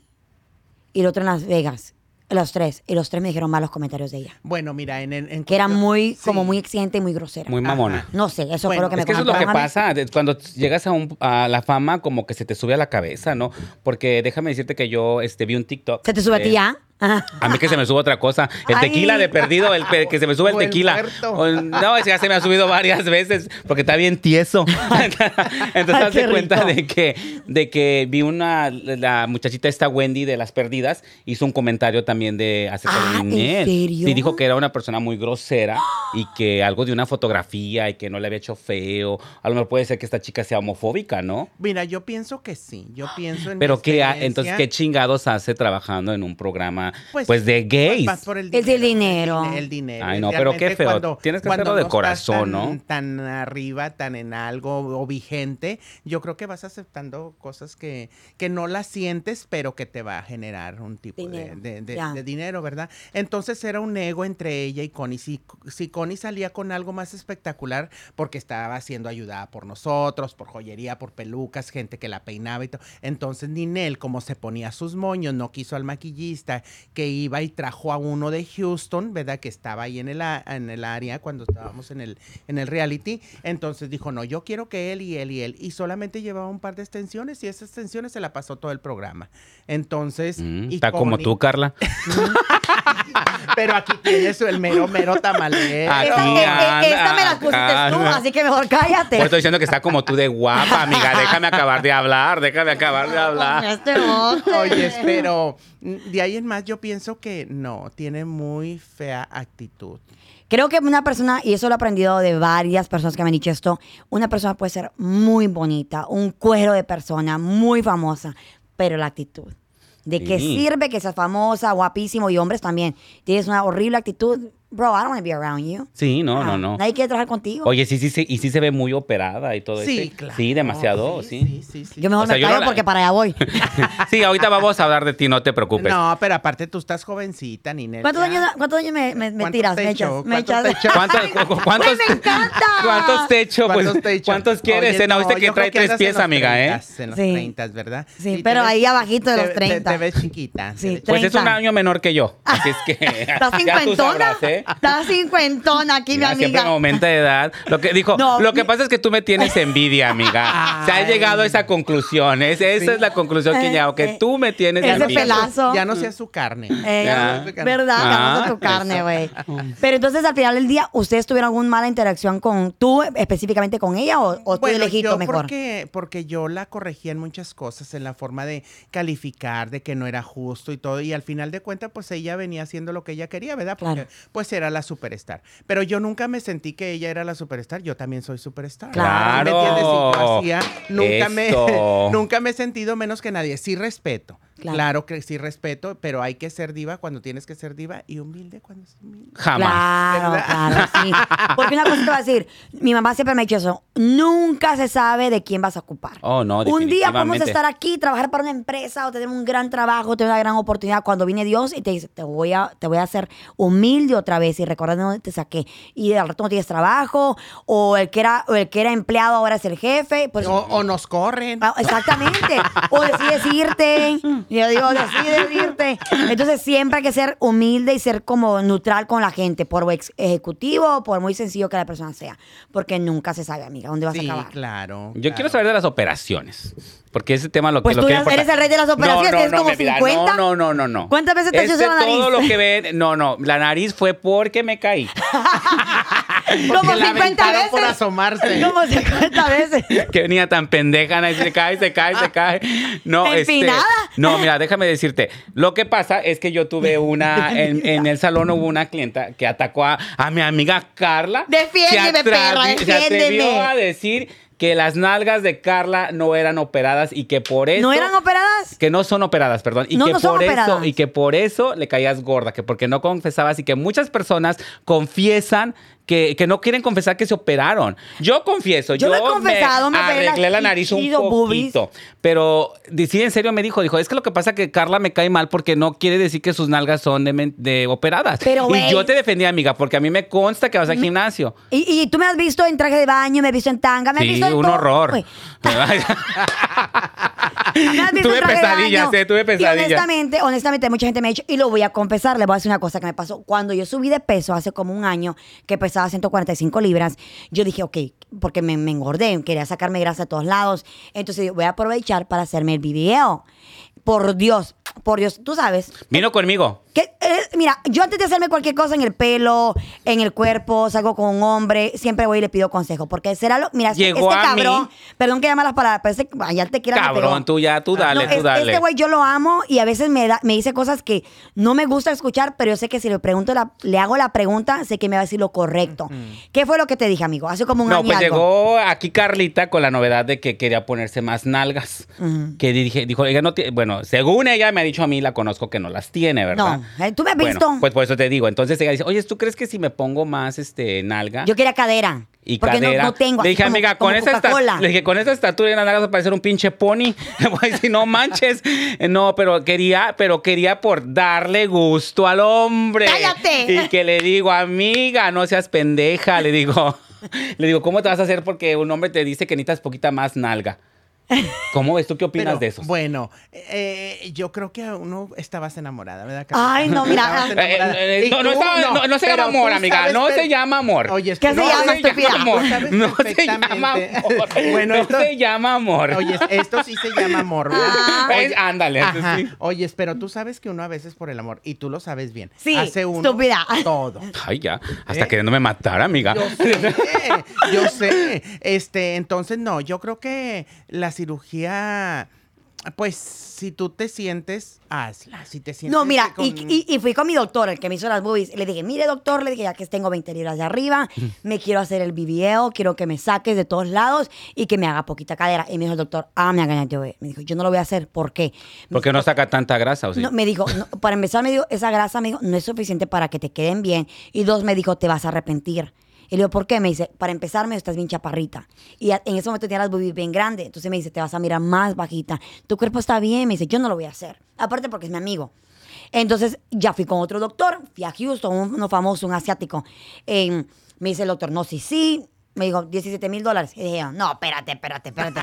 A: y el otro en Las Vegas. Los tres. Y los tres me dijeron malos comentarios de ella.
C: bueno, mira, en... en, en
A: Que era muy,
C: Sí.
A: como muy exigente y muy grosera.
B: Muy mamona.
A: No sé, eso fue
C: Bueno,
A: lo que me
B: Es que eso es lo que
A: contaron a mí.
B: pasa. de- Cuando llegas a, un- a la fama, como que se te sube a la cabeza, ¿no? Porque déjame decirte que yo este, vi un TikTok.
A: ¿Se te sube a
B: de-
A: ti ya? Ajá.
B: A mí que se me sube otra cosa. El
A: Ay.
B: tequila de perdido, el pe- que se me sube el
C: O el
B: tequila.
C: muerto.
B: O- no, ya se me ha subido varias veces porque está bien tieso. Entonces,
A: Ay,
B: hazte
A: qué
B: cuenta
A: rico.
B: de que, de que vi una, la muchachita esta Wendy de Las Perdidas hizo un comentario también de acerca
A: Ah,
B: de
A: ¿en
B: Ninel.
A: serio?
B: Sí, dijo que era una persona muy grosera y que algo de una fotografía y que no le había hecho feo. A lo mejor puede ser que esta chica sea homofóbica, ¿no?
C: Mira, yo pienso que sí. Yo pienso en... mi
B: Pero qué, ah, ha-
C: experiencia.
B: entonces, ¿qué chingados hace trabajando en un programa una, pues, de gays.
C: Vas por
A: Es el dinero.
C: El, dinero.
B: Ay, no, pero qué
C: Realmente
B: feo. Tienes que hacerlo de
C: estás
B: corazón,
C: tan-
B: ¿no?
C: Tan arriba, tan en algo o vigente, yo creo que vas aceptando cosas que, que no las sientes, pero que te va a generar un tipo de-
A: Dinero,
C: de, de-
A: ya.
C: de dinero, ¿verdad? Entonces era un ego entre ella y Connie. Si, si Connie salía con algo más espectacular, porque estaba siendo ayudada por nosotros, por joyería, por pelucas, gente que la peinaba y todo. Entonces Ninel, como se ponía sus moños, no quiso al maquillista que iba y trajo a uno de Houston, ¿verdad? Que estaba ahí en el, a- en el área cuando estábamos en el, en el reality. Entonces dijo, no, yo quiero que él y él y él. Y solamente llevaba un par de extensiones y esas extensiones se la pasó todo el programa. Entonces...
B: Mm,
C: y
B: está como
C: Connie-
B: tú, Carla.
C: Pero aquí tienes el mero, mero tamalero.
B: Aquí,
A: Esta, eh, eh, esta me la
B: anda,
A: pusiste tú,
B: Carla.
A: así que mejor cállate.
B: Por eso estoy diciendo que está como tú de guapa, amiga. Déjame acabar de hablar, déjame acabar de hablar.
A: Este bote.
C: Oye, pero mm, de ahí en más yo pienso que no, tiene muy fea actitud.
A: Creo que una persona, y eso lo he aprendido de varias personas que me han dicho esto, una persona puede ser muy bonita, un cuero de persona, muy famosa, pero la actitud. ¿De qué
B: Sí.
A: sirve que seas famosa, guapísimo y hombres también? Tienes una horrible actitud, bro, I don't want to be around you.
B: Sí, no, no,
A: Ah,
B: no.
A: Nadie quiere trabajar contigo.
B: Oye, sí, sí, sí, y sí se ve muy operada y todo eso.
C: Sí, claro.
B: este, Sí, demasiado, sí.
C: Sí, sí, sí.
A: yo mejor
B: o sea,
A: me
B: yo no
A: callo
B: la-
A: porque para allá voy.
B: Sí, ahorita vamos a hablar de ti, no te preocupes.
C: No, pero aparte tú estás jovencita, Ninel.
A: ¿Cuántos
C: ya.
A: años, cuántos años me, me- me
C: ¿Cuántos
A: tiras?
C: te
A: me
C: echó?
A: echas. Me
C: ¿Cuántos te
A: echas.
C: echó?
B: ¿Cuántos, cu- cu- cuántos
A: me encanta!
B: ¿Cuántos te echo? Pues,
C: ¿Cuántos
B: ¿Cuántos,
C: te he hecho?
B: quieres?
C: Oye,
B: eh? No, viste
C: no,
B: que
C: yo
B: trae
C: creo
B: tres
C: andas
B: pies,
C: en los
B: amiga, ¿eh?
C: 30s, En los
A: Sí.
C: 30, ¿verdad?
A: Sí,
C: te
A: pero
C: ves-
A: ahí abajito de
C: te-
A: los
C: te-
A: 30.
C: Te, ves chiquita.
A: Sí,
C: te ves
B: Pues es un
A: 30.
B: año menor que yo. Así es que.
A: ¿Estás
B: ya tú
A: cincuentona?
B: sabrás, ¿eh?
A: ¿Estás cincuentona aquí,
B: Mira,
A: mi
B: Siempre me
A: amiga?
B: aumenta de edad. Lo que dijo,
A: No,
B: lo que
A: mi-
B: pasa es que tú me tienes envidia, amiga. Se ha
C: Ay.
B: llegado a esa conclusión. Es- esa
C: Sí.
B: es la conclusión que
A: Eh,
B: ya, que
A: eh,
B: tú me tienes
A: ese
B: envidia.
A: pelazo. chiquitazo.
C: Ya no sea su carne.
A: Eh,
B: Ya.
A: ¿Verdad?
B: Ah,
A: Ganamos tu carne, güey. Pero entonces al final del día, ¿ustedes tuvieron alguna mala interacción con tú, específicamente con ella, o, o tú de lejito
C: yo
A: mejor?
C: Porque, porque yo la corregía en muchas cosas, en la forma de calificar, de que no era justo y todo. Y al final de cuentas, pues ella venía haciendo lo que ella quería, ¿verdad? Porque
A: Claro.
C: pues era la superstar. Pero yo nunca me sentí que ella era la superstar. Yo también soy superstar.
A: Claro.
C: ¿Me entiendes? Y yo hacía- nunca
B: Eso.
C: me, nunca me he sentido menos que nadie. Sí respeto.
A: Claro.
C: Claro. que sí respeto, pero hay que ser diva cuando tienes que ser diva y humilde cuando es humilde.
B: Jamás.
A: Claro, claro, sí. Porque una cosa te voy a decir, mi mamá siempre me ha dicho eso, nunca se sabe de quién vas a ocupar.
B: Oh, no,
A: un día podemos
B: definitivamente.
A: estar aquí, trabajar para una empresa o tener un gran trabajo, tener una gran oportunidad. Cuando viene Dios y te dice, te voy a, te voy a hacer humilde otra vez y recordar de dónde te saqué. Y al rato no tienes trabajo, o el que era, o el que era empleado ahora es el jefe. Pues,
C: O, o nos corren.
A: Ah, Exactamente. O decides irte. Yo digo, decides irte. Entonces siempre hay que ser humilde y ser como neutral con la gente, por ex- ejecutivo o por muy sencillo que la persona sea. Porque nunca se sabe, amiga, dónde vas
C: Sí,
A: a acabar.
C: claro.
B: Yo
C: claro.
B: quiero saber de las operaciones. Porque ese tema lo que
A: Pues
B: lo
A: tú
B: que
A: eres-
B: importa.
A: eres el rey de las operaciones, tienes como
B: mi vida,
A: 50.
B: No, no, no, no.
A: ¿Cuántas veces te has
B: Este,
A: hecho la
B: Todo
A: nariz?
B: lo que ven, no, no, la nariz fue porque me caí.
A: Como
C: Que la
A: 50
C: aventaron
A: veces.
C: por asomarse.
A: Como 50 veces.
B: que venía tan pendeja, Ana, y se cae, se cae, se cae. No,
A: Ah,
B: este,
A: Empinada.
B: no, mira, déjame decirte. Lo que pasa es que yo tuve una, en, en el salón hubo una clienta que atacó a, a mi amiga Carla.
A: Defiéndeme,
B: Se
A: perra,
B: Se atrevió
A: defiéndeme.
B: a decir que las nalgas de Carla no eran operadas y que por eso...
A: ¿No eran operadas?
B: Que no son operadas, perdón. Y
A: No,
B: que
A: no son
B: por eso,
A: operadas.
B: y que por eso le caías gorda, que porque no confesabas y que muchas personas confiesan que, que no quieren confesar que se operaron. Yo confieso,
A: Yo lo
B: yo,
A: he confesado, me operé
B: arreglé
A: las
B: la nariz un
A: chichis o boobies.
B: poquito. Pero de- sí, en serio me dijo, dijo, es que lo que pasa es que Carla me cae mal porque no quiere decir que sus nalgas son de, men- de operadas.
A: Pero, güey.
B: y yo te defendí, amiga, porque a mí me consta que vas al gimnasio.
A: Y, y tú me has visto en traje de baño, me has visto en tanga, me has
B: Sí,
A: visto en
B: un
A: todo,
B: horror.
A: güey. Me has visto
B: Tuve
A: en traje de
B: pesadillas,
A: baño.
B: eh, tuve
A: Y
B: pesadillas.
A: honestamente, honestamente, mucha gente me ha dicho, y lo voy a confesar, le voy a decir una cosa que me pasó. Cuando yo subí de peso hace como un año, que pesaba 145 libras, yo dije, ok, porque me, me engordé, quería sacarme grasa de todos lados. Entonces digo, voy a aprovechar para hacerme el video. Por Dios, por Dios, tú sabes.
B: Vino conmigo.
A: Que, eh, mira, yo antes de hacerme cualquier cosa en el pelo, en el cuerpo, salgo con un hombre, siempre voy y le pido consejo. Porque será lo. Mira, este-
B: Llegó
A: este
B: a mí.
A: cabrón. Perdón que llama las palabras, parece que ay, ya te quiera
B: Cabrón, tú ya, tú dale,
A: no,
B: tú
A: es-
B: dale.
A: Este güey yo lo amo y a veces me, da- me dice cosas que no me gusta escuchar, pero yo sé que si le pregunto, la- le hago la pregunta, sé que me va a decir lo correcto. ¿Qué fue lo que te dije, amigo? Hace como un
B: Mm, No,
A: año
B: pues
A: y algo.
B: llegó aquí Carlita con la novedad de que quería ponerse más nalgas. Que dije, dijo, ella no tiene, bueno, según ella me ha dicho a mí, la conozco que no las tiene, ¿verdad?
A: No, eh, tú me has
B: Bueno,
A: visto.
B: pues por eso te digo. Entonces ella dice, oye, ¿tú crees que si me pongo más este nalga?
A: Yo quería cadera.
B: y
A: porque no-
B: cadera.
A: No, tengo. así
B: le dije,
A: como-
B: amiga,
A: como
B: con esa
A: Coca-Cola.
B: estatura, le dije, con esa estatura y las nalgas vas a parecer un pinche pony. Le voy a decir, no manches. Eh, No, pero quería, pero quería por darle gusto al hombre.
A: ¡Cállate!
B: Y que le digo, amiga, no seas pendeja. Le digo, le digo, ¿cómo te vas a hacer porque un hombre te dice que necesitas poquita más nalga? ¿Cómo ves tú qué opinas
C: Pero,
B: de eso?
C: Bueno, eh, yo creo que uno estabas enamorada, ¿verdad?
A: Ay, no, mira.
C: Estabas
B: Eh,
C: enamorada.
B: eh, eh,
C: Y
B: no, no
C: tú,
B: estaba- no- no se
C: pero
B: llama
C: tú
B: amor, amiga,
C: sabes
B: no
C: per-
B: se llama amor.
C: Oye, es
A: ¿Qué
C: que-
A: se
C: no,
A: llama,
C: oye,
A: estúpida?
B: amor.
C: Tú sabes
B: este No se llama
C: perfectamente.
B: amor.
C: Bueno,
B: no
C: esto-
B: se llama amor.
C: Oye, esto sí se llama amor, ¿verdad?
B: Pues, ándale, eso
C: Ajá.
B: sí.
C: Oye, pero tú sabes que uno a veces por el amor, y tú lo sabes bien,
A: Sí,
C: hace uno
A: estúpida.
C: todo.
B: Ay, ya. Hasta queriéndome matar, amiga.
C: Yo sé, yo sé. Este, entonces no, yo creo que la cirugía, pues si tú te sientes, hazla. Si te sientes
A: No, mira,
C: con-
A: y, y- y fui con mi doctor, el que me hizo las boobies. y Le dije, mire, doctor, le dije, ya que tengo 20 libras de arriba, me quiero hacer el BBL, quiero que me saques de todos lados y que me haga poquita cadera. Y me dijo el doctor, ah, me hagan yo. Me dijo, yo no lo voy a hacer. ¿Por qué? Me
B: Porque no saca tanta grasa, ¿o sí?
A: No, me dijo, no, para empezar, me dijo, esa grasa, me dijo, no es suficiente para que te queden bien. Y dos, me dijo, te vas a arrepentir. Y le digo, ¿por qué? Me dice, para empezar, me dijo, estás bien chaparrita. Y a- en ese momento tenía las boobies bien grandes. Entonces me dice, te vas a mirar más bajita. Tu cuerpo está bien. Me dice, yo no lo voy a hacer. Aparte porque es mi amigo. Entonces ya fui con otro doctor. Fui a Houston, un- uno famoso, un asiático. Eh, me dice el doctor, no, sí, sí. Me dijo, 17 mil dólares. Y dije, no, espérate, espérate, espérate.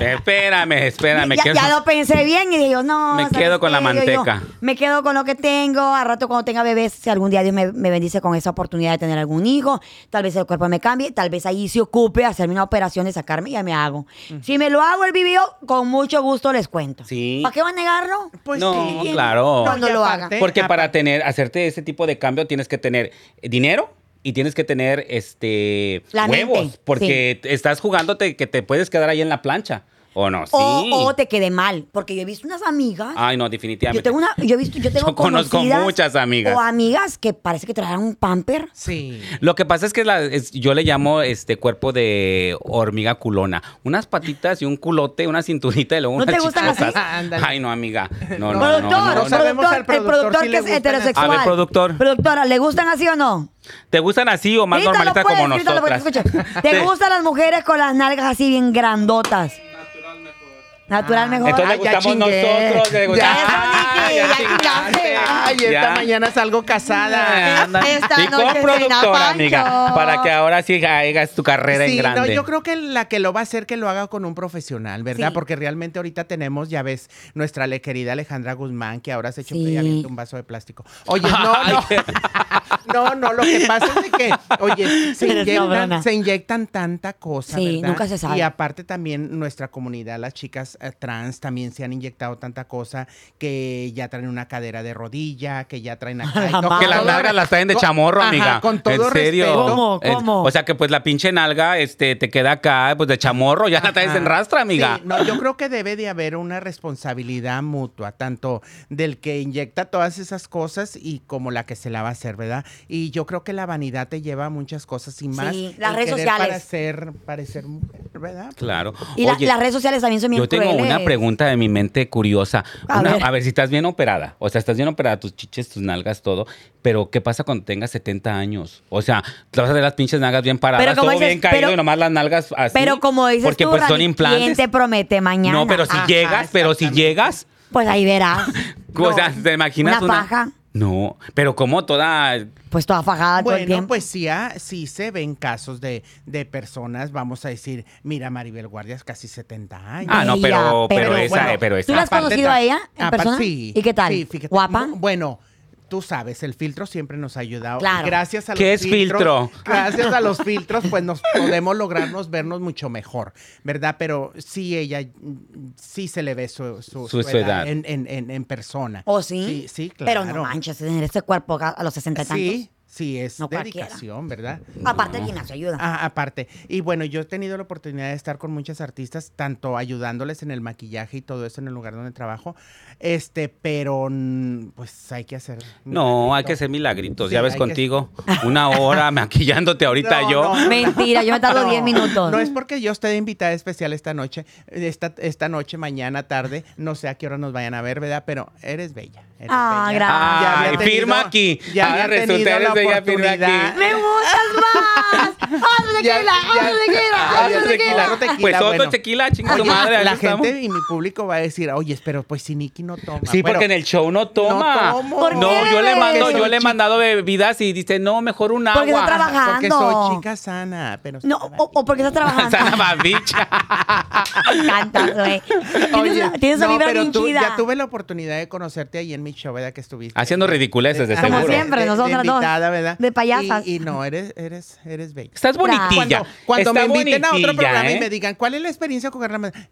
B: Espérame, espérame.
A: Ya,
B: que
A: ya lo pensé bien y dije, yo, no.
B: Me
A: ¿sabes
B: quedo con la
A: qué? Yo- yo
B: manteca.
A: me quedo con lo que tengo. A rato, cuando tenga bebés, si algún día Dios me, me bendice con esa oportunidad de tener algún hijo, tal vez el cuerpo me cambie, tal vez ahí se ocupe hacerme una operación de sacarme y ya me hago. Si me lo hago el video, con mucho gusto les cuento.
B: Sí.
A: ¿Para qué van a negarlo?
C: Pues
B: No,
C: sí.
B: claro.
A: Cuando
C: Y
A: lo
C: aparte-
A: haga.
B: Porque para
C: aparte-
B: tener, hacerte ese tipo de cambio tienes que tener dinero y tienes que tener este
A: La mente,
B: huevos. Porque estás jugándote que te puedes quedar ahí en la plancha. O no, sí.
A: O, o te quede mal. Porque yo he visto unas amigas.
B: Ay, no,
A: yo
B: definitivamente.
A: tengo una, yo he visto, yo tengo
B: Yo conozco
A: conocidas
B: muchas amigas.
A: O amigas que parece que trajeron un pamper.
C: Sí.
B: Lo que pasa es que la- es- yo le llamo este cuerpo de hormiga culona. Unas patitas y un culote, una cinturita y luego
A: ¿No
B: unas
A: te gustan
B: chichotas.
C: así? Ándale.
B: Ay, no, amiga. No, no, no,
A: Productor,
B: no, no.
C: no
A: productor,
C: sabemos al
A: el
C: productor
A: productor
C: si
A: que
C: le
A: es
C: gustan así.
A: heterosexual.
B: A ver, productor.
A: Productora, ¿le gustan así o no?
B: ¿Te gustan así o más
A: Grítalo,
B: normalitas
A: pues,
B: como
A: grítalo, porque
B: nosotras?
A: te escucho. ¿Te
B: Sí.
A: gustan las mujeres con las nalgas así bien grandotas? Natural mejor.
B: Entonces
C: Ay,
B: le
C: ya
B: gustamos
C: chingué.
B: nosotros. le gusta-
C: Ya,
A: eso,
B: Ah,
A: Nicky, ya
B: chingaste.
A: chingaste.
C: Ay, esta
B: Ya.
C: mañana salgo casada.
B: Ah, anda.
A: Esta
B: y
A: noche
B: con
A: cena
B: productora, amiga,
A: Pancho.
B: para que ahora sí hagas tu carrera en
C: Sí,
B: grande.
C: no, yo creo que la que lo va a hacer que lo haga con un profesional, ¿verdad?
A: Sí.
C: Porque realmente ahorita tenemos, ya ves, nuestra le- querida Alejandra Guzmán, que ahora se echó
A: Sí.
C: abierto un vaso de plástico. Oye, no, no. No, no, lo que pasa es de que, oye, se
A: Eres cabrona.
C: inyectan, se inyectan tanta cosa,
A: Sí,
C: ¿verdad?
A: nunca se sabe.
C: Y aparte también nuestra comunidad, las chicas eh, trans también se han inyectado tanta cosa que ya traen una cadera de rodilla, que ya traen acá. y
A: La
C: todo-
B: Que las
A: Todo
B: nalgas las traen de
C: con-
B: chamorro,
C: Ajá,
B: amiga.
C: con todo
B: ¿En serio?
C: respeto.
A: ¿Cómo?
B: Eh,
A: ¿Cómo?
B: O sea que pues la pinche nalga este, te queda acá, pues de chamorro, ya la traes
C: Ajá.
B: en rastra, amiga.
C: Sí, no, yo creo que debe de haber una responsabilidad mutua, tanto del que inyecta todas esas cosas y como la que se la va a hacer, ¿verdad? Y yo creo que la vanidad te lleva a muchas cosas y más.
A: Sí, las
C: el
A: redes
C: querer
A: sociales.
C: Para ser, parecer mujer, ¿verdad?
B: Claro.
A: Y la-
B: Oye,
A: las redes sociales también son bien
B: yo tengo
A: crueles.
B: una pregunta de mi mente curiosa.
A: A
B: Una- A,
A: ver.
B: ver. si estás bien operada. O sea, estás bien operada, tus chiches, tus nalgas, todo. Pero, ¿qué pasa cuando tengas 70 años? O sea, te vas a ver las pinches nalgas bien paradas,
A: Pero como
B: todo
A: dices,
B: bien caído
A: pero-
B: y nomás las nalgas así.
A: Pero como dices
B: Porque
A: tú,
B: pues son
A: Rani, ¿quién
B: implantes.
A: te promete mañana? Ah,
B: No, pero si
C: Ajá,
B: llegas, pero si
C: exactamente.
B: llegas,
A: Pues ahí verás.
B: o sea, ¿te imaginas
A: Una paja.
B: No, pero como toda
A: Pues toda fajada todo el
C: Bueno,
A: tiempo.
C: pues sí, ah, sí se ven casos de, de personas, vamos a decir, mira Maribel Guardias, casi 70 años.
B: Ah, no,
A: Ella,
B: pero- pero
C: esa, eh, pero
A: ¿Tú
C: esa.
A: la has
C: Aparte
A: conocido a
C: ta-
A: ella en
C: Ah, aparte
A: persona?
C: sí,
A: ¿Y qué tal?
C: sí, fíjate,
A: ¿Guapa?
C: mu- Bueno, Tú sabes, el filtro siempre nos ha ayudado.
A: Claro.
C: Gracias a
B: ¿Qué
C: los
B: es filtro?
C: filtros- Gracias a los filtros, pues nos podemos lograrnos vernos mucho mejor, ¿verdad? Pero sí, ella, mm, sí se le ve su,
B: Su-
C: su- su
B: su
C: edad
B: edad.
C: en, en- en- en persona.
A: ¿O ¿Oh, sí?
C: Sí, sí,
A: Pero no
C: claro.
A: manches, tener este cuerpo a los 60 y tantos.
C: Sí, sí, es
A: No cualquiera.
C: dedicación, ¿verdad?
A: Aparte, el gimnasio ayuda.
C: Ah, aparte. Y bueno, yo he tenido la oportunidad de estar con muchas artistas, tanto ayudándoles en el maquillaje y todo eso en el lugar donde trabajo. Este, pero mm, pues hay que hacer.
B: No, hay que
C: hacer
B: hacer milagritos.
C: Sí,
B: ya ves
C: hay que-
B: contigo una hora maquillándote ahorita
C: No,
B: yo.
C: no.
A: Mentira, yo me tardo
C: No,
A: 10 minutos.
C: No es porque yo esté de invitada especial esta noche, esta, esta noche, mañana, tarde, no sé a qué hora nos vayan a ver, ¿verdad? Pero eres bella. eres
A: Ah,
C: bella.
A: gracias.
C: Ya había
B: Ay, firma aquí.
C: Ya
B: Ahora
C: había
B: resulta
C: tenido
B: eres
C: la
B: bella, firma aquí.
C: oportunidad.
A: ¡Me gustas más! ¡Ah, ¡Otro
C: Ya-
A: tequila!
C: ya-
A: ¡Otro tequila!
C: había
A: ¡Otro
C: tequila,
A: tequila!
C: otro tequila,
B: Ah, Pues otro
C: bueno.
B: tequila, chinga tu
C: Oye,
B: madre. ahí
C: la
B: estamos.
C: gente y mi público va a decir, oye, pero pues si Nicky no toma.
B: Sí,
C: Bueno,
B: porque en el show no toma.
C: tomo. ¿Por
B: no,
A: qué?
B: yo le
A: Porque
B: mando, yo
A: soy
B: le he
C: chica.
B: mandado bebidas y dice, no, mejor un agua.
A: Porque no trabaja.
C: Porque
A: Ando.
C: soy chica sana, pero...
A: No, o, o porque estás trabajando.
B: Sana babicha.
A: Me encanta, güey. Tienes,
C: Oye,
A: una- tienes una
C: no,
A: vibra
C: pero
A: bien
C: tú-
A: chida.
C: Ya tuve la oportunidad de conocerte ahí en mi show, ¿verdad? Que estuviste.
B: Haciendo ridiculeces, de
C: Ajá,
B: seguro.
A: Como siempre, nosotras dos.
C: invitada, ¿verdad?
A: De payasas.
C: Y, y no, eres, eres, eres bella.
B: Estás bonitilla.
C: Cuando, cuando
B: Está
C: me inviten a otro
B: bonitilla,
C: programa
B: ¿eh?
C: y me digan, ¿cuál es la experiencia con Carla Medrano?"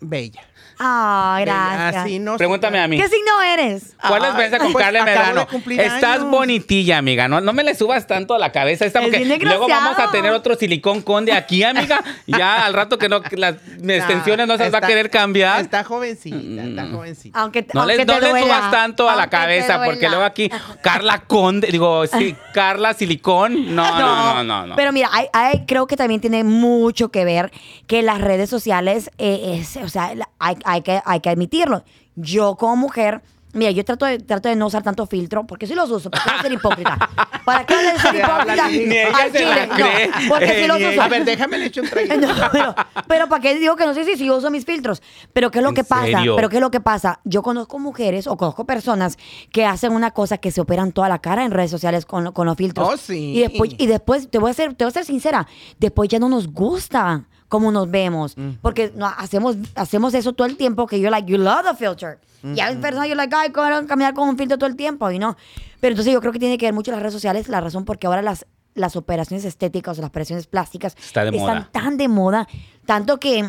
C: Bella.
A: Ah,
C: bella.
A: gracias.
C: Así no se-
B: Pregúntame a mí.
A: ¿Qué signo eres?
B: ¿Cuál es la
C: Ay,
B: diferencia con
C: pues,
B: Carla
C: acabo de
B: Medrano?
C: cumplir
B: Estás
C: años.
B: bonitilla, amiga. No, no me le subas tanto a la cabeza esta
A: Es
B: porque
A: bien
B: luego vamos a
A: desgraciado.
B: tener otro silicón conde aquí, amiga. Ya al rato que no que las extensiones no se las va
C: está-
B: a querer cambiar. Mm.
C: Está jovencita, está jovencita.
A: Aunque,
B: No
A: aunque
B: le,
A: te
B: no le
A: duela.
B: subas tanto a la
A: Aunque te
B: cabeza, porque
A: duela.
B: luego aquí Carla Conde, digo, sí, Carla Silicón. No, no, no, no. no.
A: Ah, Pero mira, hay- hay- creo que también tiene mucho que ver que las redes sociales, eh, es- o sea, la- hay, hay que, hay que admitirlo. Yo como mujer, mira, yo trato de, trato de no usar tanto filtro, porque sí los uso, para qué voy a ser hipócrita. ¿Para qué voy a ser
C: Ya habla
A: hipócrita?
C: Ni
B: ella
A: Al
B: se la
A: chile, no,
B: cree. Eh,
A: porque sí los uso.
C: A ver, déjame le echo un traguito.
A: No, pero, pero para qué digo que no sé si si uso mis filtros. Pero qué es lo
B: ¿En
A: que pasa,
B: serio?
A: pero qué es lo que pasa. Yo conozco mujeres o conozco personas que hacen una cosa que se operan toda la cara en redes sociales con, lo- con los filtros.
C: Oh, sí.
A: Y después, y después te voy a ser, te voy a ser sincera, después ya no nos gusta cómo nos vemos. Porque no, hacemos, hacemos eso todo el tiempo que yo like, you love the filter. Y hay personas yo like, ay, ¿cómo van a caminar con un filtro todo el tiempo? Y no. Pero entonces yo creo que tiene que ver mucho las redes sociales, la razón porque ahora las las operaciones estéticas o las operaciones plásticas
B: Está de
A: están
B: moda.
A: tan de moda, tanto que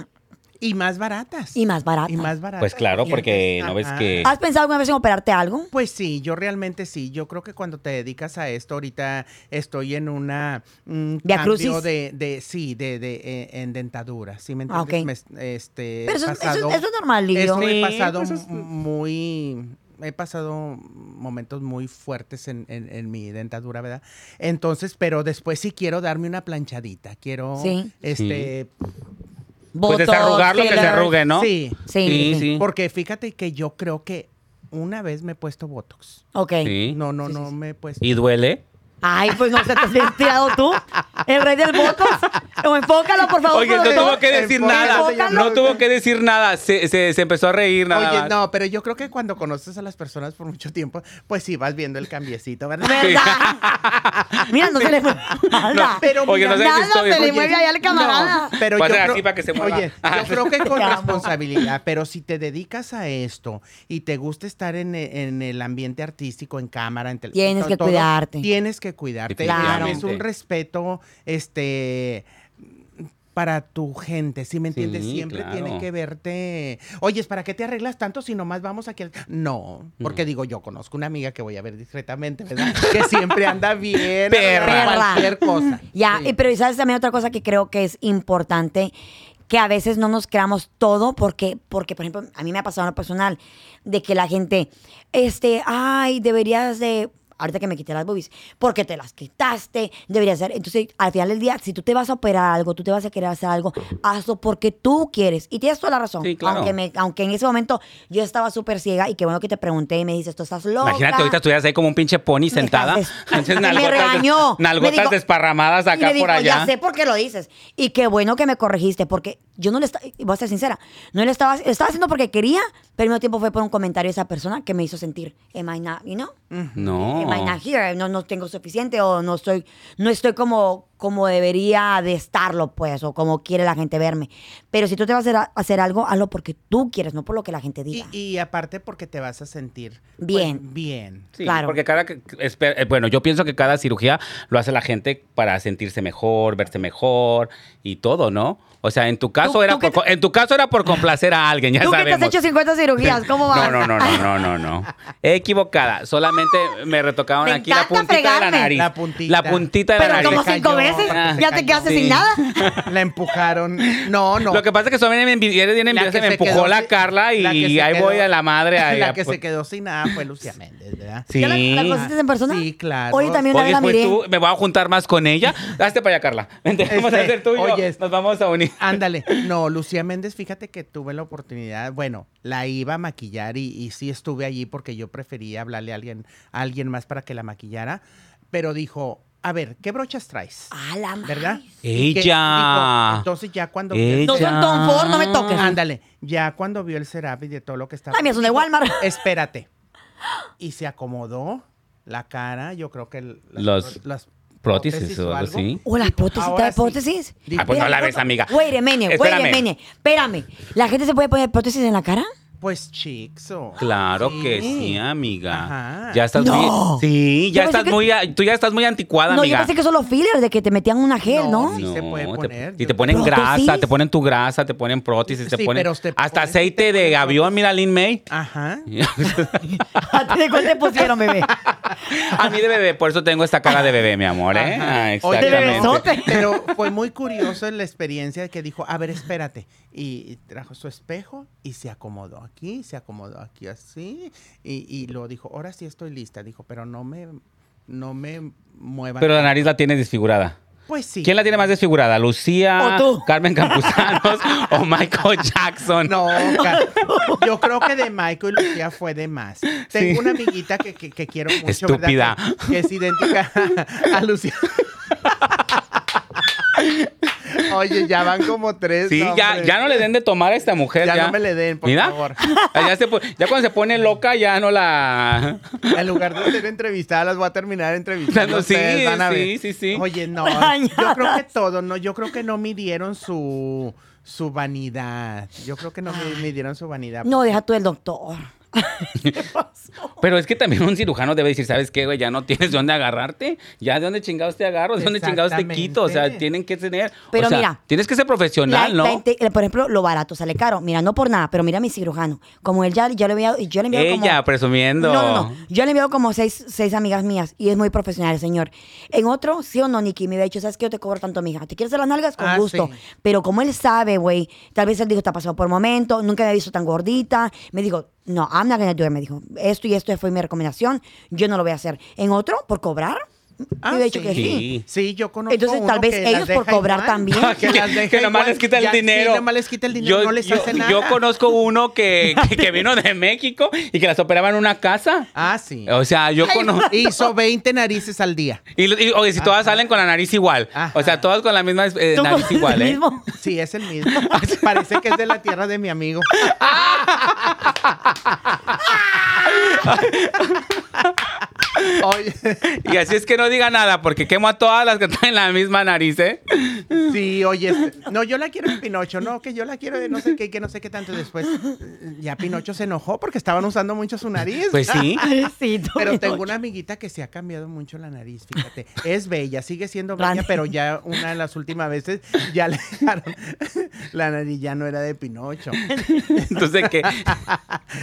C: Y más baratas.
A: y más baratas.
C: Y más baratas.
B: Pues claro,
C: Y
B: porque
C: antes-
B: no ves
C: Ajá.
B: que.
A: ¿Has pensado alguna vez en operarte algo?
C: Pues sí, yo realmente sí. Yo creo que cuando te dedicas a esto, ahorita estoy en una un
A: Via
C: cambio
A: crucis.
C: de, de sí, de, de eh, en dentadura, ¿sí me
A: Ah,
C: entiendes?
A: ok.
C: Me es- este,
A: Pero eso,
C: he
A: es-
C: pasado-
A: eso es- eso es ¿eh? normal, Livio.
C: esto
B: Sí,
C: he pasado
B: pues es-
C: muy he pasado momentos muy fuertes en, en- en mi dentadura, ¿verdad? Entonces, pero después sí quiero darme una planchadita, quiero
A: Sí.
C: este
B: Pues
A: Botox,
B: desarrugar lo que se
A: filler.
B: arrugue, ¿no?
C: sí,
A: Sí,
B: Sí,
A: sí.
B: sí.
C: porque fíjate que yo creo que una vez me he puesto botox.
A: Ok.
B: Sí.
C: No, no,
A: Sí, sí,
C: no
A: sí.
C: me he puesto
B: ¿Y duele?
A: Ay, pues no se te has tirado tú. El rey del botox. O enfócalo, por favor.
B: Oye, no
A: productor.
B: tuvo que decir
C: enfócalo,
B: nada.
A: señor.
B: No tuvo que decir nada. Se, se- se empezó a reír nada
C: Oye,
B: más.
C: no, pero yo creo que cuando conoces a las personas por mucho tiempo, pues sí vas viendo el cambiecito, ¿verdad?
A: ¿Verdad? Mira, no se le mueve nada.
C: pero
B: Oye, no sé
A: nada
B: si estoy.
A: se le
B: Oye,
A: mueve allá al camarada.
C: No, pero
B: Voy a
C: yo
B: hacer
C: creo-
B: así para que se mueva.
C: Oye,
B: Ajá.
C: yo creo que con
A: Te amo.
C: responsabilidad, pero si te dedicas a esto y te gusta estar en, e- en el ambiente artístico, en cámara, en tele-
A: Tienes
C: to-
A: que cuidarte.
C: Tienes que cuidarte.
B: Claro.
C: Es un respeto, este para tu gente, ¿sí me entiendes?
B: Sí,
C: Siempre
B: claro.
C: tiene que verte. Oye, ¿para qué te arreglas tanto si nomás vamos aquí al... No,
B: Mm.
C: porque digo, yo conozco una amiga que voy a ver discretamente, ¿verdad? que siempre anda bien.
B: Perra.
C: arreglada, Cualquier cosa.
A: Mm, Ya,
C: Sí.
A: y pero sabes también otra cosa que creo que es importante, que a veces no nos creamos todo porque, porque por ejemplo, a mí me ha pasado en lo personal, de que la gente, este, ay, deberías de... Ahorita que me quité las boobies, porque te las quitaste, deberías ser. Entonces, al final del día, si tú te vas a operar algo, tú te vas a querer hacer algo, hazlo porque tú quieres. Y tienes toda la razón.
B: Sí, claro.
A: aunque, me, aunque en ese momento yo estaba súper ciega y qué bueno que te pregunté y me dices, tú estás loca.
B: Imagínate, ahorita estuvieras ahí como un pinche pony sentada.
A: Estás des-
B: Entonces,
A: Me
B: nalgotas,
A: regañó.
B: nalgotas
A: Me dijo-
B: desparramadas
A: y
B: acá
A: le digo,
B: por allá.
A: Ya sé por qué lo dices. Y qué bueno que me corregiste, porque yo no le estaba, voy a ser sincera, no le estaba, lo estaba haciendo porque quería, pero al mismo tiempo fue por un comentario de esa persona que me hizo sentir, am I not, you know?
B: No.
A: Am I not here? No, no tengo suficiente o no estoy, no estoy como, como debería de estarlo, pues, o como quiere la gente verme. Pero si tú te vas a hacer, a- hacer algo, hazlo porque tú quieres, no por lo que la gente
C: Y,
A: diga.
C: y aparte porque te vas a sentir pues,
A: Bien.
C: bien.
B: Sí,
A: Claro.
B: porque cada que- espe- eh, bueno, yo pienso que cada cirugía lo hace la gente para sentirse mejor, verse mejor y todo, ¿no? O sea, en tu caso
A: Tú-
B: era
A: tú que
B: por, en tu caso era por complacer a alguien, ya
A: tú que te
B: sabemos.
A: has hecho 50 cirugías, ¿cómo vas?
B: No, no, no, no, no, no, no. Equivocada. Solamente me retocaban
A: Me
B: aquí la
A: encanta
B: puntita de la
A: fregarme.
B: nariz.
C: La puntita.
B: La puntita de la
A: Pero
C: Ay,
A: como
B: nariz.
C: se
A: cinco
C: cayó,
A: veces,
C: se
A: ya te
C: cayó.
A: quedaste sin
B: Ah, Sí.
A: nada.
C: La empujaron. No, no.
B: Lo que pasa es que son bien envidiosos, bien envidiosos,
C: que
B: me
C: se
B: empujó
C: quedó
B: la
C: sin-
B: Carla y
C: la que se
B: ahí
C: quedó-
B: voy a la madre. ahí
C: la
B: a-
C: que se quedó sin nada fue Lucía Méndez, ¿verdad?
B: Sí.
A: ¿Ya la, la conociste en persona?
C: Sí, claro.
A: Oye, también una
B: Oye,
A: vez la
B: pues
A: miré.
B: tú, me voy a juntar más con ella. Hazte para allá, Carla. Vente, vamos a
C: Este,
B: hacer tú y yo.
C: oye,
B: Nos vamos a unir.
C: Ándale. No, Lucía Méndez, fíjate que tuve la oportunidad, bueno, la iba a maquillar y, y sí estuve allí porque yo prefería hablarle a alguien, a alguien más para que la maquillara, pero dijo, a ver, ¿qué brochas traes?
A: A la madre.
C: ¿Verdad? Y que- dijo,
B: Ella.
C: entonces ya cuando...
A: No
B: Ella.
A: son Tom Ford, no me toques.
C: Mm. Ándale, ya cuando vio el Serapi de todo lo que estaba...
A: Ay, mira, son de Walmart.
C: Espérate. Y se acomodó la cara, yo creo que... el-
B: Los
C: las
B: prótesis o algo,
C: algo.
B: sí.
A: O las prótesis,
C: ahora
A: ¿te-
C: sí.
A: prótesis?
C: Dijo,
B: Ah, pues no
A: Espérame,
B: la ves,
A: ¿cuánto?
B: amiga.
A: Wait a minute, wait a
B: Espérame.
A: minute. Espérame. ¿La gente se puede poner prótesis en la cara?
C: Pues chicks. o-
B: Claro
C: Sí.
B: que sí, amiga.
C: Ajá.
B: Ya estás
A: No.
B: muy. Sí,
A: Yo
B: ya
A: pensé
B: estás
A: que-
B: muy. a- Tú ya estás muy anticuada,
A: no, yo
B: amiga.
A: pensé que son los fillers de que te metían una gel, ¿no?
C: No, sí. se puede
B: te-
C: poner,
B: y
C: yo-
B: te ponen
A: ¿Prótesis?
B: grasa, te ponen tu grasa, te ponen prótesis, te
C: Sí,
B: ponen.
C: pero te
B: hasta
C: ponen-
B: aceite
C: te
B: de
C: ponen
B: avión, mira, Lin May.
C: Ajá.
A: ¿A ti de cuál te pusieron, bebé?
B: A mí de bebé, por eso tengo esta cara de bebé, mi amor, ¿eh?
C: Ajá.
B: Ah,
C: Oye,
A: De
B: exactamente.
A: bebesote.
C: Pero fue muy curioso la experiencia que dijo, a ver, espérate. Y trajo su espejo y se acomodó aquí, se acomodó aquí así. Y, y luego dijo, ahora sí estoy lista. Dijo, pero no me, no me muevan.
B: Pero la nariz la tienes desfigurada.
C: pues sí.
B: ¿Quién la tiene más desfigurada?
A: ¿O
B: ¿Lucía?
A: tú?
B: ¿Carmen Campuzanos? ¿O Michael Jackson?
C: No, Car- yo creo que de Michael y Lucía fue de más. Tengo una amiguita que, que- que quiero mucho.
B: Estúpida.
C: ¿verdad? Que, que es idéntica a Lucía. Oye, ya van como tres.
B: Sí, ya,
C: hombre.
B: ya no le den de tomar a esta mujer.
C: Ya
B: Ya,
C: no me le den, por
B: Mira,
C: favor.
B: Ya, se pu- ya cuando se pone loca, ya no la.
C: En lugar de ser entrevistada, las voy a terminar entrevistando.
B: Dando- sí,
C: ustedes, van a
B: sí,
C: ver.
B: sí, sí.
C: Oye, no. Yo
A: Dañadas.
C: creo que todo, no. Yo creo que no midieron su, su vanidad. Yo creo que no mi- midieron su vanidad.
A: No, deja tú el doctor.
B: Pero es que también un cirujano debe decir, ¿sabes qué, güey? Ya no tienes de dónde agarrarte. Ya de dónde chingados te agarro, de dónde chingados te quito. O sea,
C: Exactamente.
B: tienen que tener.
A: Pero
B: o sea,
A: mira,
B: Tienes que ser profesional,
A: La-
B: ¿no?
A: la inte- la- por ejemplo, lo barato sale caro. Mira, no por nada, pero mira a mi cirujano. Como él ya, yo le he enviado, yo le he enviado
B: Ella
A: como...
B: presumiendo.
A: No, no, no. Yo le enviado como seis, seis amigas mías y es muy profesional el señor. En otro, sí o no, Nicky, me había dicho, ¿sabes qué? Yo te cobro tanto, mija. ¿Te quieres hacer las nalgas? Con
C: Ah,
A: gusto.
C: sí.
A: Pero como él sabe, güey, tal vez él dijo, está pasado por momento, nunca me ha visto tan gordita. Me dijo, no, I'm not gonna do it. Me dijo, esto y esto fue mi recomendación, yo no lo voy a hacer. En otro, por cobrar,
C: Ah,
A: me había dicho
C: sí.
A: que sí.
B: Sí.
C: Sí, yo conozco
A: Entonces,
C: uno
A: tal vez
C: que
A: ellos
C: las
A: por
C: deja
A: cobrar
C: igual.
A: también.
C: Que las
B: Que,
C: deja
B: que nomás
C: igual.
B: les quita el
C: Ya, sí,
B: dinero.
C: nomás les quita el dinero, no les hace
B: yo,
C: nada.
B: Yo conozco uno que, que- que vino de México y que las operaba en una casa.
C: Ah, sí.
B: O sea, yo conozco.
C: Hizo 20 narices al día.
B: Y, lo- y- oye, si todas salen con la nariz igual.
C: Ah, Ajá.
B: O sea, todas con la misma eh,
A: Tú
B: nariz
A: con-
B: igual, ¿eh?
A: mismo.
C: Sí, es el mismo. Parece que es de la tierra de mi amigo. Oye,
B: Y así es que no diga nada, porque quemo a todas las que traen la misma nariz, ¿eh?
C: sí, oye, este, no, yo la quiero en Pinocho, no, que yo la quiero de no sé qué, que no sé qué tanto. Y Después ya Pinocho se enojó porque estaban usando mucho su nariz.
B: Pues sí.
A: Pobrecito, mi
C: Pero tengo
A: Dios.
C: una amiguita que se ha cambiado mucho la nariz, fíjate. Es bella, sigue siendo bella,
A: Rani.
C: pero ya una de las últimas veces ya le dejaron la nariz, ya no era de Pinocho.
B: Entonces, que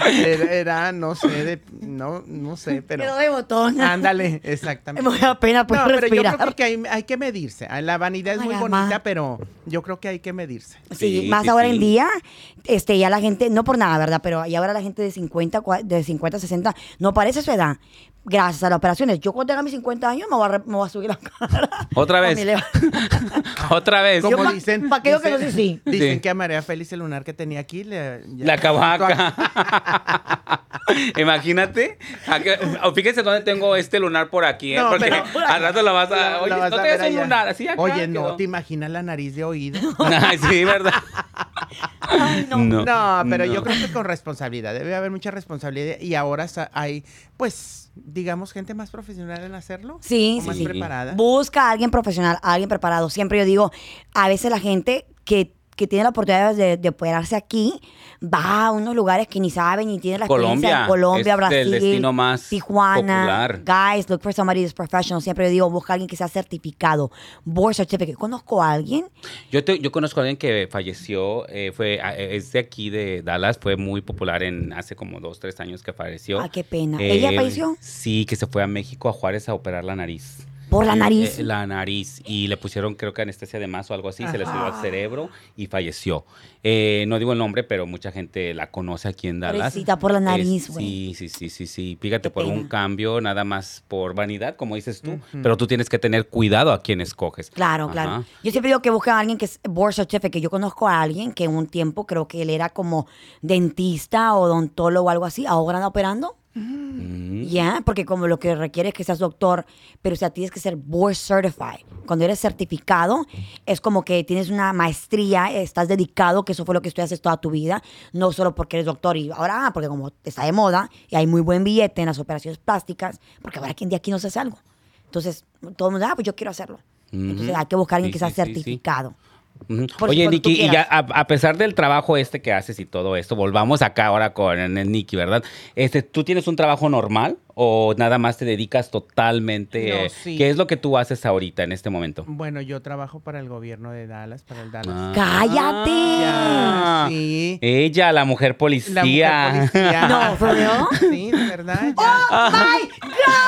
C: Era, era, no sé, de, no, no sé, pero.
A: Quedó de botón.
C: Ándale, exactamente.
A: Me da pena poder
C: No, pero yo
A: respirar.
C: creo que hay, hay que medirse. Ah, La vanidad es
A: Ay,
C: muy
A: mamá.
C: bonita, pero yo creo que hay que medirse.
A: Sí,
B: Sí,
A: más
B: sí,
A: ahora
B: sí.
A: en día, este, ya la gente, no por nada, ¿verdad? Pero y ahora la gente de 50, cua- de 50, 60, no parece su edad. Gracias a las operaciones. Yo cuando tenga mis 50 años me voy a, re- me voy a subir la cara.
B: Otra
A: Con
B: vez.
A: mi leva-
B: otra vez.
A: Yo
C: Como
A: pa-
C: dicen.
A: pa' que digo que
C: dicen-
A: no sé si.
C: Dicen
B: Sí.
C: que a María Félix el lunar que tenía aquí le. ya-
B: La cabaca. Imagínate. A que- o Fíjense dónde tengo este lunar por aquí, ¿eh?
C: No,
B: Porque
C: pero-
B: al rato la vas a.
C: la-
B: oye,
C: la vas
B: no
C: a
B: te
C: ver
B: hagas un
C: allá.
B: lunar. Así acá
C: Oye, no,
B: quedó.
C: ¿te imaginas la nariz de oído?
B: Ay, sí, ¿verdad?
A: Ay, no.
B: No.
C: No, pero yo
B: No.
C: creo que con responsabilidad. Debe haber mucha responsabilidad y ahora sa- hay, pues, digamos, gente más profesional en hacerlo.
A: Sí,
C: o
A: sí,
C: más
A: sí.
C: preparada.
A: Busca a alguien profesional, a alguien preparado. Siempre yo digo, a veces la gente que, que tiene la oportunidad de, de operarse aquí va a unos lugares que ni saben ni tiene la experiencia.
B: Colombia.
A: en Colombia,
B: Es
A: Brasil,
B: el destino más
A: Tijuana.
B: popular.
A: Guys, look for somebody that's professional. Siempre yo digo, busca a alguien que sea certificado. Board certificate. Conozco a alguien.
B: Yo, te- yo conozco a alguien que falleció, eh, fue, a- es de aquí de Dallas, fue muy popular en hace como dos, tres años que falleció.
A: Ah, qué pena.
B: eh,
A: ¿Ella falleció?
B: Sí, que se fue a México a Juárez a operar la nariz.
A: Por la
B: Y,
A: nariz.
B: eh, la nariz. Y le pusieron, creo que anestesia de más o algo así, se le subió al cerebro y falleció. Eh, no digo el nombre, pero mucha gente la conoce aquí en Dallas.
A: Pobrecita, por la nariz,
B: Es-
A: güey.
B: sí, sí, sí, sí, sí. Fíjate,
A: Qué
B: por un
A: pena.
B: cambio, nada más por vanidad, como dices tú. Pero tú tienes que tener cuidado a quién escoges.
A: Claro,
B: Ajá.
A: claro. Yo siempre digo que busquen a alguien que es board certificate. Yo conozco a alguien que en un tiempo creo que él era como dentista, odontólogo o algo así. Ahora anda operando.
B: Mm.
A: Ya, porque como lo que requiere es que seas doctor, pero o sea, tienes que ser board certified. Cuando eres certificado, es como que tienes una maestría, estás dedicado, que eso fue lo que estudiaste toda tu vida, no solo porque eres doctor y ahora, ah, porque como está de moda y hay muy buen billete en las operaciones plásticas, porque ahora quien de aquí no se hace algo. Entonces, todo el mundo, ah, pues yo quiero hacerlo. Entonces,
B: Ujú.
A: hay que buscar a alguien
B: Sí,
A: que sea
B: sí, sí, sí.
A: certificado.
B: Ujú.
A: Por si
B: Oye,
A: cuando tú
B: Nikki, y ya
A: quieras.
B: a, a pesar del trabajo este que haces y todo esto, volvamos acá ahora con el Nikki, ¿verdad? Este, ¿Tú tienes un trabajo normal o nada más te dedicas totalmente?
C: No,
B: eh,
C: sí. Mm.
B: ¿Qué es lo que tú haces ahorita en este momento?
C: Bueno, yo trabajo para el gobierno de Dallas, para el Dallas.
B: Ah.
A: ¡Cállate!
B: Ah,
C: Ya, sí.
B: Ella, la mujer policía.
C: La mujer policía.
A: No, ¿fue ¡Oh! yo?
C: Sí, de verdad. ya.
B: Ah.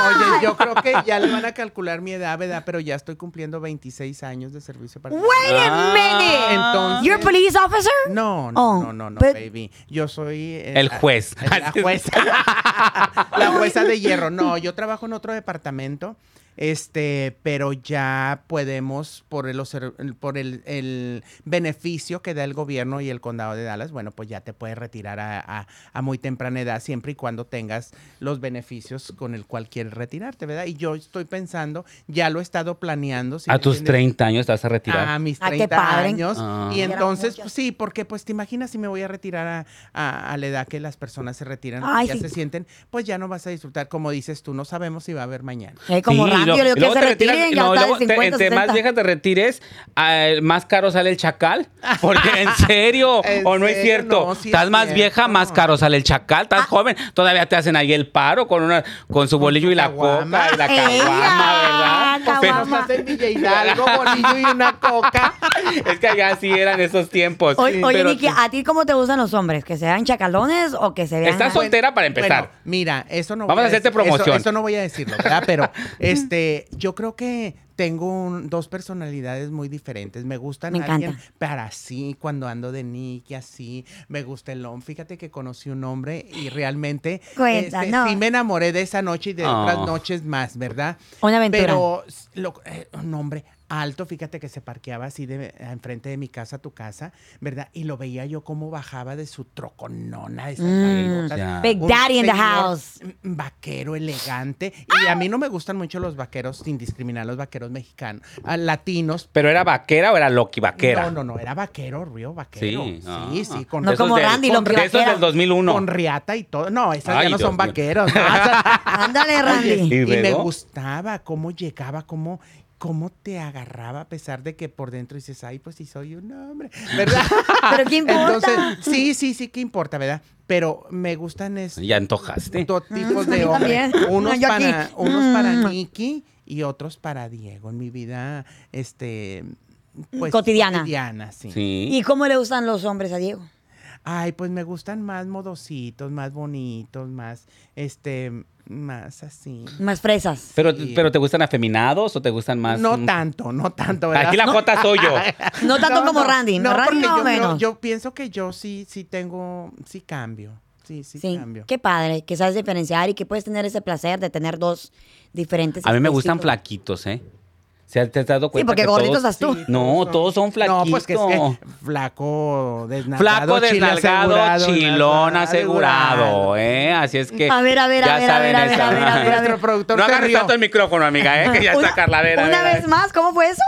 C: Oye, yo creo que ya le van a calcular mi edad, ¿verdad? Pero ya estoy cumpliendo 26 años de servicio para
A: Wait a
B: Ah,
A: minute.
C: entonces-
A: You're a police officer?
C: No, no,
A: Oh,
C: no, no, no,
A: but-
C: baby. Yo soy eh,
B: El juez.
C: la- La jueza. la jueza de hierro. No, yo trabajo en otro departamento. Este, pero ya podemos, por, el, oser- el- por el, el beneficio que da el gobierno y el condado de Dallas, bueno, pues ya te puedes retirar a, a- a muy temprana edad, siempre y cuando tengas los beneficios con el cual quieres retirarte, ¿verdad? Y yo estoy pensando, ya lo he estado planeando. ¿sí
B: a
C: me
B: tus
C: entiendes?
B: 30 años te vas a retirar.
C: A mis
A: Ah, qué
C: 30
A: padre.
C: años.
B: Ah.
C: Y
A: Era
C: entonces,
A: mucho.
C: pues, sí, porque pues te imaginas si me voy a retirar a, a- a la edad que las personas se retiran,
A: Ay,
C: ya
A: sí.
C: se sienten, pues ya no vas a disfrutar, como dices tú, no sabemos si va a haber mañana.
A: Eh, como rápido,
B: Sí, y luego-
A: le digo
B: y
A: que
B: luego
A: se
B: te
A: retiren,
B: retiras- y
A: ya
B: no,
A: está de
B: luego te-
A: 50,
B: entre más
A: 60.
B: viejas te retires, al más caro sale el chacal. Porque en serio,
C: En
B: o no es
C: serio,
B: cierto.
C: no, sí es
B: estás más vieja,
C: cierto.
B: más caro sale el chacal. Estás joven, todavía te hacen ahí el paro con una con su bolillo y la
C: caguama.
B: coca y la
A: Ella,
B: caguama, ¿verdad?
A: caguama.
B: Pero-
C: Nos hacen Villa Hidalgo, bolillo y una coca.
B: es que allá sí eran esos tiempos.
A: Oye,
B: Sí,
A: oye, ah,
B: pero-
A: Nikki, ¿a ti cómo te gustan los hombres? ¿Que sean chacalones o que se vean...?
B: Estás
A: Bueno,
B: soltera para empezar.
C: Bueno, mira, eso no
B: Vamos a hacerte
C: decir- eso-
B: promoción.
C: Eso, no voy a decirlo, ¿verdad? Pero este, yo creo que tengo un- dos personalidades muy diferentes. Me gustan
A: Me
C: alguien
A: encanta.
C: para así, cuando ando de Nicky, así. Me gusta el hombre. Fíjate que conocí un hombre y realmente este,
A: Cuenta, no.
C: sí me enamoré de esa noche y de
B: Oh.
C: otras noches más, ¿verdad?
A: Una aventura.
C: Pero s- lo- eh, un hombre alto, fíjate que se parqueaba así de eh, enfrente de mi casa a tu casa, ¿verdad? Y lo veía yo cómo bajaba de su troconona, de esas
A: Mm.
C: nalgotas,
B: Ya.
A: Big
C: un
A: Daddy in the
C: señor
A: house. ¡Ah!
C: Vaquero elegante. Y a mí no me gustan mucho los vaqueros, sin discriminar los vaqueros mexicanos, ah, latinos.
B: Pero era vaquero o era Loki vaquera.
C: No, no, no, era vaquero, río vaquero. Sí,
B: Sí, ah.
C: sí, con,
A: No
B: De esos
A: como
B: del-
A: Randy,
B: con-
A: Loki
B: de esos
A: vaquera.
B: del 2001.
C: con riata y todo. No, esas
B: Ay,
C: ya no
B: Dios
C: son
B: mío.
C: vaqueros. ¿no? O sea,
A: Ándale,
B: Y
A: Randy.
C: y me
B: luego-
C: gustaba cómo llegaba, cómo, cómo te agarraba, a pesar de que por dentro dices, ay, pues sí soy un hombre, ¿verdad?
A: ¿Pero qué importa?
C: Entonces, sí, sí, sí, que importa, ¿verdad? Pero me gustan es,
B: Ya antojaste.
C: dos tipos
A: a mí
C: de hombres.
A: Ah, también.
C: Unos
A: No, yo aquí.
C: para, unos para
A: Mm.
C: Nicky y otros para Diego. En mi vida, este. pues,
A: Cotidiana.
C: cotidiana, sí.
B: Sí.
A: ¿Y cómo le gustan los hombres a Diego?
C: Ay, pues me gustan más modositos, más bonitos, más, este, más así.
A: Más fresas.
B: Pero,
C: Sí.
B: pero te gustan afeminados o te gustan más.
C: no
B: mm,
C: tanto, no tanto, ¿verdad?
B: Aquí la Jota soy yo.
A: No tanto
C: No,
A: como
C: no,
A: Randy.
C: no,
A: Randy
C: porque
A: más o
C: yo, creo-
A: menos.
C: yo pienso que yo sí, sí tengo, sí cambio. Sí, sí,
A: sí,
C: cambio.
A: qué padre, que sabes diferenciar y que puedes tener ese placer de tener dos diferentes.
B: A mí me gustan
A: aspectos.
B: flaquitos, ¿eh? ¿Se te has dado cuenta?
A: porque
B: que
A: gorditos
B: todos-
A: estás tú.
C: Sí,
B: No, todos son flaquitos.
C: No, pues que es que flaco, desnalgado,
B: Flaco,
C: chile
B: desnalgado,
C: asegurado,
B: chilón
C: nada,
B: asegurado, ¿eh? Así es que.
A: A ver, a ver,
B: ya
A: a ver, a
B: saben
A: ver, a ver,
B: esa.
A: a ver, a ver, a ver.
C: Nuestro productor
B: No
C: se
B: agarres
C: rió.
B: tanto el micrófono, amiga, ¿eh? Que ya está Carla. A ver, a ver,
A: Una
B: a ver.
A: vez más, ¿cómo fue eso?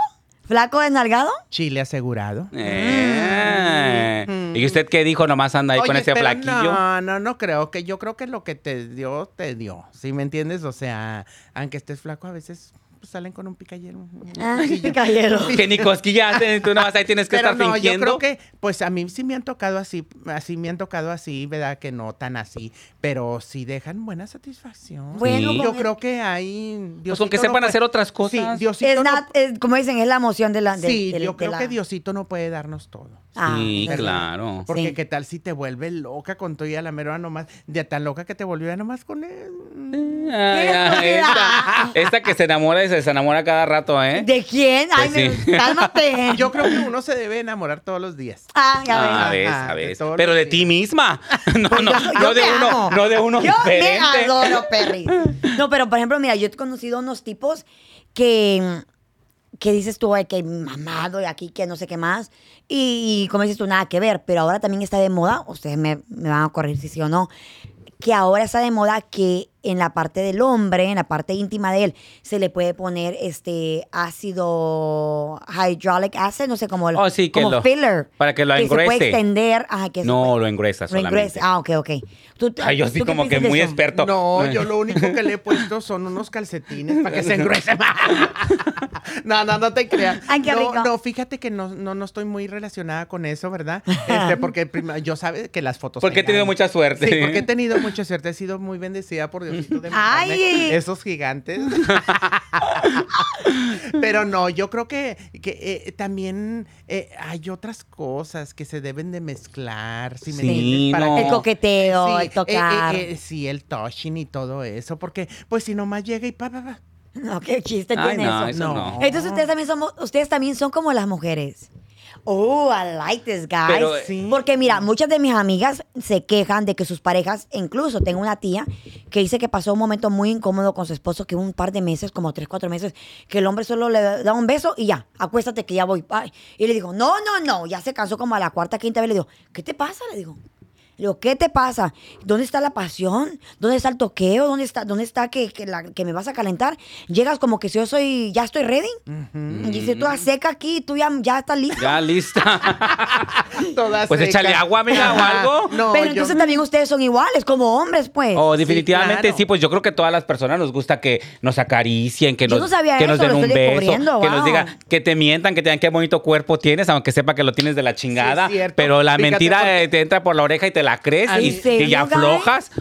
A: ¿Flaco desnalgado?
C: Chile asegurado.
B: Eh. ¿Y usted qué dijo? Nomás anda ahí con
C: Oye,
B: ese
C: pero
B: flaquillo.
C: No, no, no creo que yo creo que lo que te dio, te dio. ¿Sí me entiendes? O sea, aunque estés flaco, a veces pues, salen con un picayero.
A: Ah, caballero.
B: Que ni cosquillas, hacen, tú nomás ahí tienes que
C: Pero
B: estar
C: no, yo
B: fingiendo.
C: creo que, pues a mí sí me han tocado así, así me han tocado así, ¿verdad? Que no tan así, pero sí dejan buena satisfacción.
A: Bueno,
B: Sí.
A: con
C: yo
A: el-
C: creo que hay.
B: Pues con que
C: Diosito no
B: sepan
C: puede-
B: hacer otras
C: Sí,
B: cosas.
C: Diosito.
A: es
C: no-
A: la- es- como dicen, es la emoción de la. de-
C: sí,
A: del-
C: yo
A: de
C: creo
A: la-
C: que Diosito no puede darnos todo.
A: Ah,
B: sí,
A: ¿verdad?
B: claro.
C: Porque
A: Sí.
C: qué tal si te vuelve loca con tu a la mera nomás, de tan loca que te volvió ya nomás con él.
B: Ay, ay,
A: ¿Qué
B: esta, esta que se enamora y se desenamora cada rato, ¿eh?
A: ¿De quién? Ay,
B: Pues
A: me- cálmate.
C: Yo creo que uno se debe enamorar todos los días.
A: Ah, ya ves.
B: Ah, a
C: ves.
B: ver,
C: Ajá,
B: a
C: de
B: ver.
C: todos
B: Pero
C: los
B: de
C: días.
B: ti misma. No, no,
A: Pues Yo- yo
B: no de
A: te
B: uno,
A: amo.
B: no de uno
A: Yo me
B: diferente.
A: adoro, Perry. No, pero por ejemplo, mira, yo he conocido unos tipos que, que dices tú, ay, que mamado y aquí, que no sé qué más. Y, y como dices tú, nada que ver. Pero ahora también está de moda, ustedes me, me van a corregir si sí o no, que ahora está de moda que en la parte del hombre, en la parte íntima de él, se le puede poner este ácido hydraulic acid, no sé cómo lo.
B: Oh, sí, que
A: como
B: lo-
A: filler.
B: para que lo
A: se puede
B: engruese.
A: extender. Ajá, que se puede-
B: No, lo engresa
A: lo
B: solamente.
A: ingresa. Ah, ok, ok. ¿Tú-
B: Ay, yo sí
A: tú qué
B: como que
A: piensas de
B: muy
A: eso?
B: experto.
C: No, yo lo único que le he puesto son unos calcetines para que se engruesen más. No, no, no te creas.
A: Ay, qué
C: no,
A: rico.
C: no, fíjate que no, no, no estoy muy relacionada con eso, ¿verdad? Este, porque prima- yo sabes que las fotos.
B: Porque he tenido
C: engañan.
B: mucha suerte.
C: Sí, porque he tenido mucha suerte. He sido muy bendecida por Diosito de
A: Ay.
C: mandarme esos gigantes. Pero no, yo creo que, que, eh, también eh, hay otras cosas que se deben de mezclar. Si me
B: Sí,
C: entiendes, para
B: no.
A: El coqueteo,
C: Sí,
A: el tocar.
C: eh, eh, eh, sí, el touching y todo eso, porque pues si nomás llega y pa, pa, pa.
A: No, qué chiste
B: Ay,
A: tiene
B: no,
A: eso.
B: eso
C: No.
B: no.
A: Entonces ustedes también somos, ustedes también son como las mujeres. Oh, I like this guys.
B: Pero,
C: Sí.
A: Porque mira, muchas de mis amigas se quejan de que sus parejas, incluso tengo una tía que dice que pasó un momento muy incómodo con su esposo, que un par de meses, como tres, cuatro meses, que el hombre solo le da un beso y ya, acuéstate que ya voy. Ay. Y le dijo, no, no, no, ya se cansó como a la cuarta, quinta vez. Le digo, ¿qué te pasa? Le digo. Le digo, ¿qué te pasa? ¿Dónde está la pasión? ¿Dónde está el toqueo? ¿Dónde está, dónde está que, que la- que me vas a calentar? Llegas como que si yo soy, ya estoy ready. Y dice, tú a seca aquí, tú ya, ya estás lista.
B: Ya lista.
C: Todas
B: Pues échale agua, amiga, o algo.
C: No,
A: Pero
C: yo-
A: entonces también ustedes son iguales, como hombres, pues.
B: Oh, definitivamente sí,
C: claro.
B: pues yo creo que a todas las personas nos gusta que nos acaricien, que
A: Yo
B: nos,
A: no sabía
B: que
A: eso,
B: nos den
A: lo
B: un
A: estoy
B: beso, que
A: descubriendo, wow.
B: nos digan, que te mientan, que te digan qué bonito cuerpo tienes, aunque sepa que lo tienes de la chingada,
C: cierto.
B: pero la
C: Fíjate,
B: mentira
C: porque-
B: eh, te entra por la oreja y te la crees
A: ¿En
B: y,
A: serio,
B: y ya
A: Gaby?
B: aflojas,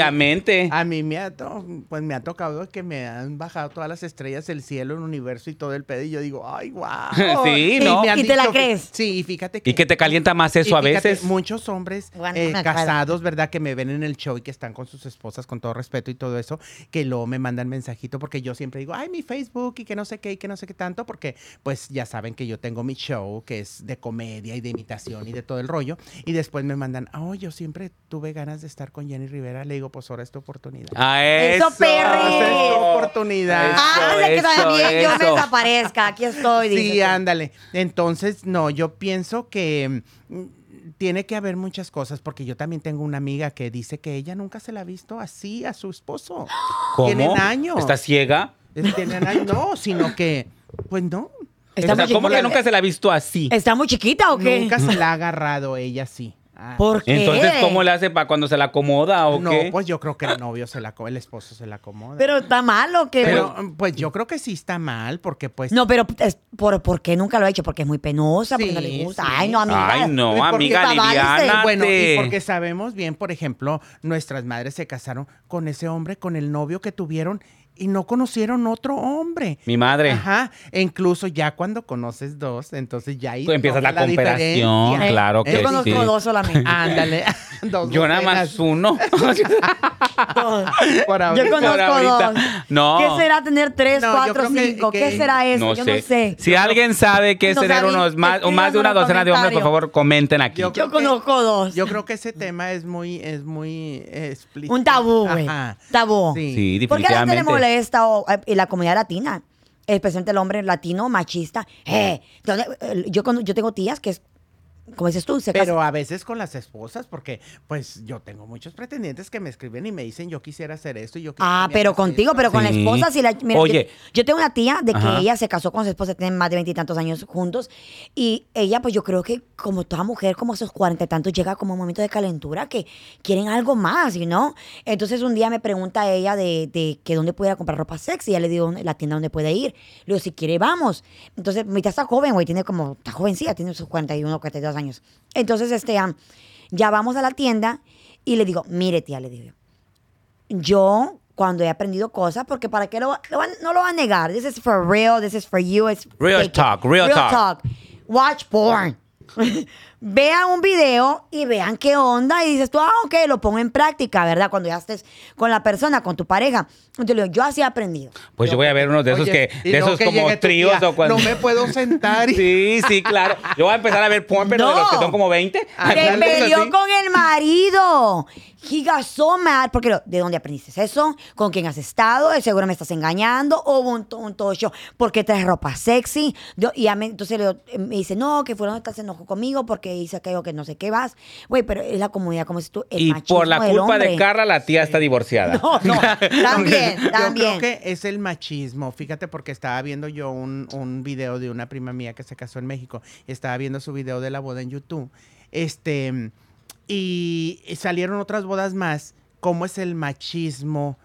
B: obviamente.
C: A mí me ha, to- pues, me ha tocado que me han bajado todas las estrellas, el cielo, el universo y todo el pedo. Y yo digo, ay, guau.
B: Sí,
C: Y
B: ¿no?
C: me han
A: ¿Y te la
C: dicho que-
A: crees?
C: Sí, y fíjate que.
B: y que te calienta más
C: y
B: eso a
C: fíjate,
B: veces.
C: Muchos hombres
A: Bueno,
C: eh,
A: me acuerdo.
C: casados, ¿verdad? Que me ven en el show y que están con sus esposas, con todo respeto y todo eso, que luego me mandan mensajito porque yo siempre digo, ay, mi Facebook y que no sé qué y que no sé qué tanto, porque pues ya saben que yo tengo mi show que es de comedia y de imitación y de todo el rollo. Y después me mandan, oh, yo siempre tuve ganas de estar con Jenny Rivera. Le digo, pues ahora es tu oportunidad.
B: A
A: Eso,
B: eso,
A: perry.
C: Esa es tu oportunidad.
B: Eso,
A: Ándale, que
B: eso,
A: también yo me
B: eso.
A: desaparezca. Aquí estoy, dice.
C: Sí, ándale. Entonces, no, yo pienso que mm, tiene que haber muchas cosas, porque yo también tengo una amiga que dice que ella nunca se la ha visto así a su esposo.
B: ¿Cómo?
C: Tienen años.
B: ¿Está ciega?
C: Eh, Tienen años. No, sino que, pues no.
A: Está
B: o sea,
A: muy
B: ¿cómo que
A: chiquita.
B: nunca se la ha visto así?
A: ¿Está muy chiquita o qué?
C: Nunca se la ha agarrado ella así. Ah,
A: ¿Por qué?
B: Entonces, ¿cómo le hace para cuando se la acomoda o
C: no,
B: qué?
C: pues yo creo que el novio se la, co- el esposo se la acomoda.
A: Pero eh, está mal o qué.
C: Pero, pues yo creo que sí está mal, porque pues
A: no, pero es por, ¿por qué nunca lo ha hecho? Porque es muy penosa, porque
C: Sí,
A: no le gusta.
C: sí.
A: Ay, no, amiga.
B: Ay, no,
A: ¿Por qué
B: amiga,
A: babárese?
B: liviana.
C: Bueno, y
B: Espérate.
C: porque sabemos bien, por ejemplo, nuestras madres se casaron con ese hombre, con el novio que tuvieron y no conocieron otro hombre.
B: Mi madre.
C: Ajá, e incluso ya cuando conoces dos, entonces ya ahí
B: Tú empiezas
C: toda
B: Pues la comparación,
C: diferencia.
B: claro que
A: Yo
B: Eh,
A: conozco
B: sí. Ah.
A: dos solamente.
C: Ándale, dos
B: Yo nada
C: docenas.
B: más
A: Ah,
B: uno.
A: Dos.
C: Por ahorita.
A: Yo
B: Por
A: conozco
B: ahorita.
A: dos.
B: No.
A: ¿Qué será tener tres,
C: No, yo
A: cuatro,
C: creo que-
A: cinco?
C: que-
A: ¿Qué será eso? yo no sé.
B: Si alguien sabe qué es
A: No
B: tener
A: sabe,
B: unos más, o más de
A: escríbanos
B: una
A: en
B: docena de hombres,
A: comentario.
B: por favor, comenten aquí.
C: Yo-
A: Yo conozco dos.
C: Yo creo que ese tema es muy, es muy eh, explícito.
A: Un tabú, güey.
C: Ajá.
A: Tabú.
B: sí,
A: ¿Por qué a la gente
B: definitivamente.
A: le molesta o, en la comunidad latina? Especialmente el hombre latino machista. Eh, entonces, eh, yo, con- yo tengo tías que es como dices tú, se casa-
C: Pero a veces con las esposas, porque pues yo tengo muchos pretendientes que me escriben y me dicen yo quisiera hacer esto y yo quisiera
A: Ah,
C: que me
A: pero
C: hagas
A: contigo,
C: esto".
A: pero con la
B: Sí.
A: esposa, si la. mira,
B: Oye.
A: Yo, yo tengo una tía de que
B: Ajá.
A: ella se casó con su esposa, tienen más de veintitantos años juntos. Y ella, pues yo creo que como toda mujer, como esos cuarenta y tantos, llega como un momento de calentura que quieren algo más, ¿y no? Entonces un día me pregunta ella de, de que dónde pudiera comprar ropa sexy. Ya le digo "¿Dónde- la tienda donde puede ir. Le digo, si quiere, vamos. Entonces, mi tía está joven, güey, tiene como. Está jovencita, tiene sus 41, 42 años. Entonces, este, am, ya vamos a la tienda y le digo, mire, tía, le digo yo yo cuando he aprendido cosas, porque para qué lo, va- lo van- no lo va a negar. This is for real, this is for you. It's
B: Real
A: take it.
B: talk, real talk.
A: Watch porn. vean un video y vean qué onda y dices tú, ah, ok, lo pongo en práctica, ¿verdad? Cuando ya estés con la persona, con tu pareja. Entonces le digo, yo así he aprendido.
B: Pues yo voy a ver uno de esos
C: Oye,
B: que,
C: y
B: de
C: luego
B: esos
C: que
B: como
C: llegue tu
B: tríos
C: tía,
B: o cuando.
C: No me puedo sentar. y-
B: Sí, sí, claro. Yo voy a empezar a ver porn, pero de los que
A: No. Ah,
B: son como 20.
A: Se
B: Cosas así.
A: peleó con el marido. He got so mad. Porque, lo- ¿de dónde aprendiste eso? ¿Con quién has estado? De seguro me estás engañando. Hubo un, to- un tocho. ¿Por qué traes ropa sexy? Yo- y ya me- entonces le digo- eh, me dice, no, que fulano está se enojó conmigo porque hice aquello que no sé qué vas. Güey, pero es la comunidad, como si tú, el
B: Y
A: machismo
B: por la
A: del
B: culpa de
A: hombre.
B: Carla, la tía está divorciada.
A: No, no, también,
C: Yo
A: también.
C: creo que es el machismo. Fíjate, porque estaba viendo yo un, un video de una prima mía que se casó en México. Estaba viendo su video de la boda en YouTube. Este, y salieron otras bodas más. ¿Cómo es el machismo?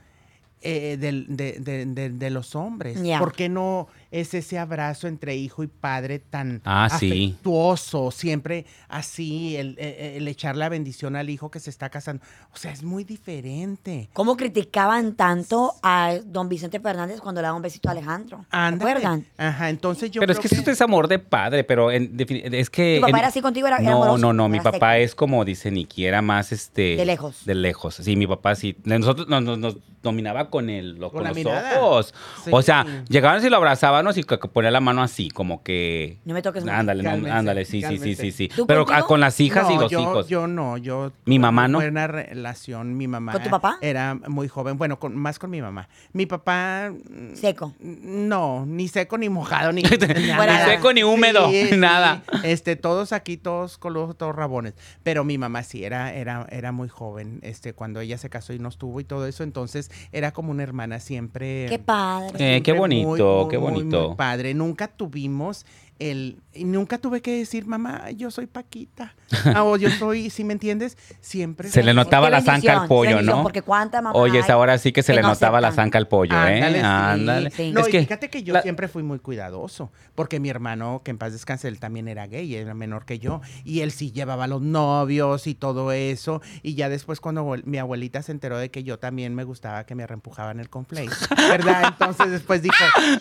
C: eh, del- de, de- de- de los hombres.
A: Ya.
C: ¿Por qué no es ese abrazo entre hijo y padre tan
B: Ah, sí.
C: afectuoso? Siempre así, el, el- el echar la bendición al hijo que se está casando. O sea, es muy diferente.
A: ¿Cómo criticaban tanto a don Vicente Fernández cuando le daba un besito a Alejandro? ¿Se
C: Ándale.
A: acuerdan?
C: Ajá, entonces yo
B: pero es
C: creo
B: que, esto es amor de padre, pero en defini- es que...
A: ¿Tu papá
B: Eh, en-
A: era así contigo? ¿Era- era
B: no,
A: amoroso?
B: no, no, mi
A: Era
B: papá
A: seco.
B: es como dice Niki, era más este...
A: De lejos.
B: De lejos, sí, mi papá sí. Nosotros nos, nos- nos dominaba con, el, lo-
C: Con
B: con
C: la
B: los
C: mirada.
B: ojos.
C: Sí.
B: O sea, llegábamos y lo abrazábamos y que- que ponía la mano así, como que...
A: Pues No me toques mucho.
B: Ándale, no,
C: Cálmense,
B: ándale, sí, sí, sí, sí, sí.
A: ¿Tú
B: Pero
A: contigo?
B: ah, con las hijas y
C: No,
B: los
C: yo,
B: hijos.
C: Yo no, yo.
B: Mi mamá, ¿no?
C: Buena relación, mi mamá.
A: ¿Con tu papá?
C: Era muy joven, bueno, con, más con mi mamá. Mi papá. mm,
A: Seco.
C: No, ni seco, ni mojado, ni.
A: Ni seco,
B: ni húmedo, nada.
C: Este, todos aquí, todos colosos, todos rabones. Pero mi mamá sí, era, era, era muy joven, este, cuando ella se casó y nos tuvo y todo eso, entonces era como una hermana siempre.
A: Qué padre.
B: Eh, qué
C: Siempre muy,
B: bonito,
C: muy,
B: qué
C: muy,
B: bonito.
C: muy padre, nunca tuvimos el... y nunca tuve que decir, mamá, yo soy Paquita. Ah, o yo soy, si me entiendes, siempre...
B: Se le
C: fue-
B: notaba
A: Qué
B: la zanca
A: bendición,
B: al pollo,
A: bendición,
B: ¿no?
A: Porque cuánta mamá
B: Oye, es
A: hay
B: ahora sí que se le
A: no
B: notaba la
A: aceptan.
B: zanca al pollo,
C: Ándale,
B: ¿eh?
C: sí.
B: Ándale.
A: Sí.
C: No,
B: Es
C: y
B: que
C: fíjate que yo
B: la-
C: siempre fui muy cuidadoso, porque mi hermano, que en paz descanse, él también era gay, era menor que yo, y él sí llevaba a los novios y todo eso, y ya después cuando abuel- mi abuelita se enteró de que yo también me gustaba que me reempujaban el conflate, ¿verdad? Entonces después dijo,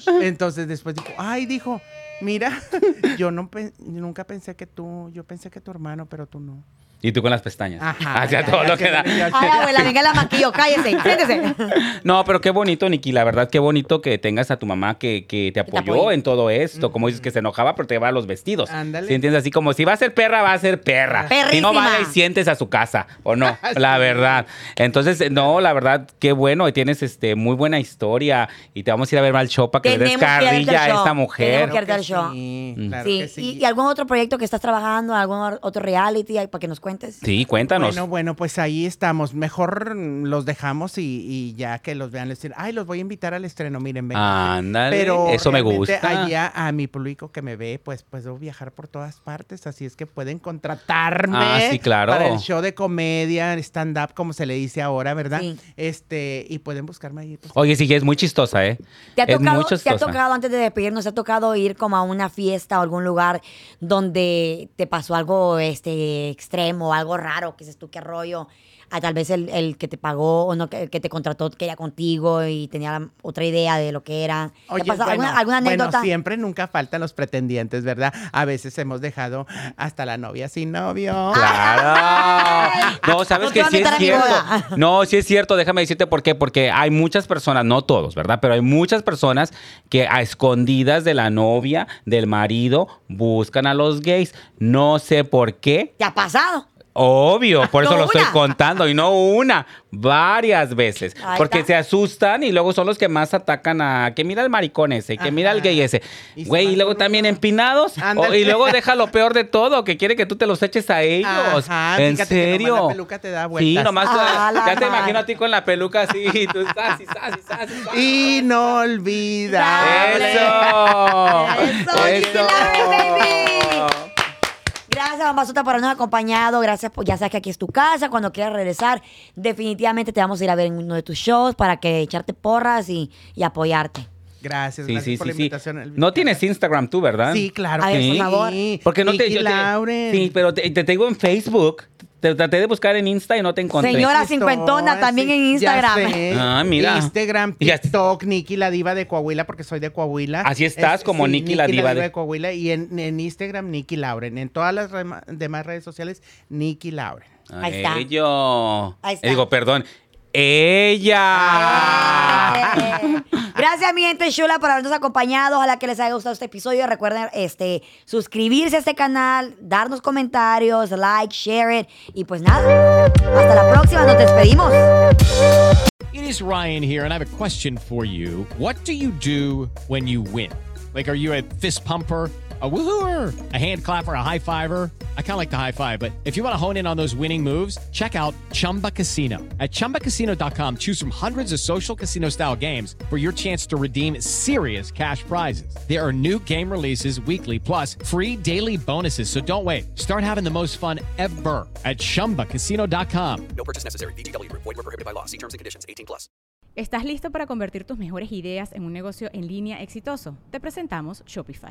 C: entonces después dijo, ay, dijo, mira, yo no pen- nunca pensé que tú, yo pensé que tu hermano, pero tú no.
B: Y tú con las pestañas.
C: Ajá,
B: Hacia
C: ya,
B: todo
C: ya,
B: lo
C: ya,
B: que da.
C: ya, ya.
A: Ay, abuela, venga la maquillo, cállese, siéntese.
B: No, pero qué bonito, Niki. La verdad, qué bonito que tengas a tu mamá que, que te
A: te
B: apoyó
A: apoye.
B: en todo esto. Como dices que se enojaba, pero te llevaba los vestidos.
C: Ándale.
B: ¿Sí entiendes? Así como si va a ser perra, va a ser perra. Si
A: Perrísima.
B: no, vaya y sientes a su casa, ¿o no? La verdad. Entonces, no, la verdad, qué bueno. Y tienes este, muy buena historia. Y te vamos a ir a ver mal show para que le des
A: Tenemos que ir a verte
B: carrilla
A: al
B: a
A: show.
B: esta
A: Tenemos
B: mujer.
A: que dar show.
C: sí,
B: Mm.
C: claro
A: Sí,
C: que sí.
A: ¿Y, y algún otro proyecto que estás trabajando? ¿Algún or- otro reality ahí para que nos cuentes?
B: Sí, cuéntanos.
C: Bueno, bueno, pues ahí estamos. Mejor mm, los dejamos y, y ya que los vean, les decir, ay, los voy a invitar al estreno, miren, ven.
B: Ándale,
C: Pero
B: eso me
C: realmente
B: gusta.
C: Allí a, a mi público que me ve, pues puedo viajar por todas partes, así es que pueden contratarme
B: Ah, sí, claro.
C: para el show de comedia, stand-up, como se le dice ahora, ¿verdad?
A: Sí.
C: Este, y pueden buscarme allí. pues.
B: Oye, sí, es muy chistosa, ¿eh?
A: ¿Te ha,
B: es
A: tocado,
B: muy
A: ¿Te ha
B: chistosa.
A: tocado, antes de despedirnos, te ha tocado ir como a una fiesta o algún lugar donde te pasó algo este, extremo, algo raro, que dices tú, qué rollo? A tal vez el, el que te pagó o no, que, el que te contrató quería contigo y tenía la- otra idea de lo que era. ¿Te ha
C: Oye,
A: pasado
C: bueno,
A: alguna, alguna
C: bueno,
A: anécdota?
C: siempre nunca faltan los pretendientes, ¿verdad? A veces hemos dejado hasta la novia sin novio.
B: Claro. No, sabes
A: No te
B: que
A: va a
B: sí es
A: invitar a mi boda.
B: cierto. No, sí es cierto. Déjame decirte por qué. Porque hay muchas personas, no todos, ¿verdad? Pero hay muchas personas que a escondidas de la novia, del marido, buscan a los gays. No sé por qué.
A: ¿Te ha pasado?
B: Obvio, por eso
A: No
B: lo estoy
A: una.
B: contando y no una, varias veces,
A: Ahí
B: porque
A: está.
B: se asustan y luego son los que más atacan a que mira el maricón ese, que mira el
C: Ajá.
B: gay ese,
C: Y se
B: güey,
C: van
B: y luego
C: con
B: también
C: uno.
B: empinados
C: Ándale.
B: o- y luego deja lo peor de todo, que quiere que tú te los eches a ellos.
C: Ajá,
B: en
C: fíjate que nomás
B: serio.
C: la peluca te da vueltas.
B: Sí, nomás tú-
A: Ah, la
B: ya te
A: madre.
B: imagino a ti con la peluca así, y tú estás, y estás, y estás, y estás.
C: Inolvidable.
B: Eso.
A: Eso, Gigi Lambe, baby. Gracias, Bambasota, por habernos acompañado. Gracias, por, ya sabes que aquí es tu casa. Cuando quieras regresar, definitivamente te vamos a ir a ver en uno de tus shows para que echarte porras y, y apoyarte.
C: Gracias,
B: Sí,
C: gracias
B: sí,
C: por
B: sí,
C: la
B: sí.
C: invitación. Elvita.
B: No tienes Instagram tú, ¿verdad?
C: Sí, claro
A: A ver,
C: que
A: por
C: sí.
A: favor.
B: Porque no te,
C: Nicky
B: yo te-
C: Lauren.
B: Sí, pues. pero te, te tengo en Facebook. Te traté de buscar en Insta y no te encontré.
A: Señora, Ahora
C: Estoy,
A: cincuentona, también en
C: ya
A: Instagram.
C: sé.
B: Ah, mira.
C: Instagram,
B: Ya sé.
C: TikTok, Nikki la diva de Coahuila, porque soy de Coahuila.
B: Así estás, como Nikki la diva
C: de...
B: de-
C: Coahuila. Y en, en Instagram, Nikki Lauren. En todas las rema- demás redes sociales, Nikki Lauren.
A: Ahí está.
B: Ello.
A: Ahí está.
B: Eh, Digo, perdón. Ella.
A: Eh, Gracias, mi gente chula, por habernos acompañado. Ojalá que les haya gustado este episodio. Recuerden este, suscribirse a este canal, darnos comentarios, like, share it. Y pues nada, hasta la próxima. Nos despedimos.
D: It is Ryan here, and I have a question for you. What do you do when you win? Like, are you a fist pumper? A woohooer, a hand clapper, a high fiver. I kind of like the high five, but if you want to hone in on those winning moves, check out Chumba Casino. At chumbacasino.com, choose from hundreds of social casino style games for your chance to redeem serious cash prizes. There are new game releases weekly, plus free daily bonuses. So don't wait. Start having the most fun ever at chumbacasino.com.
E: No purchase necessary. VGW Group. Void were prohibited by law. See terms and conditions. 18 plus.
F: ¿Estás listo para convertir tus mejores ideas en un negocio en línea exitoso? Te presentamos Shopify.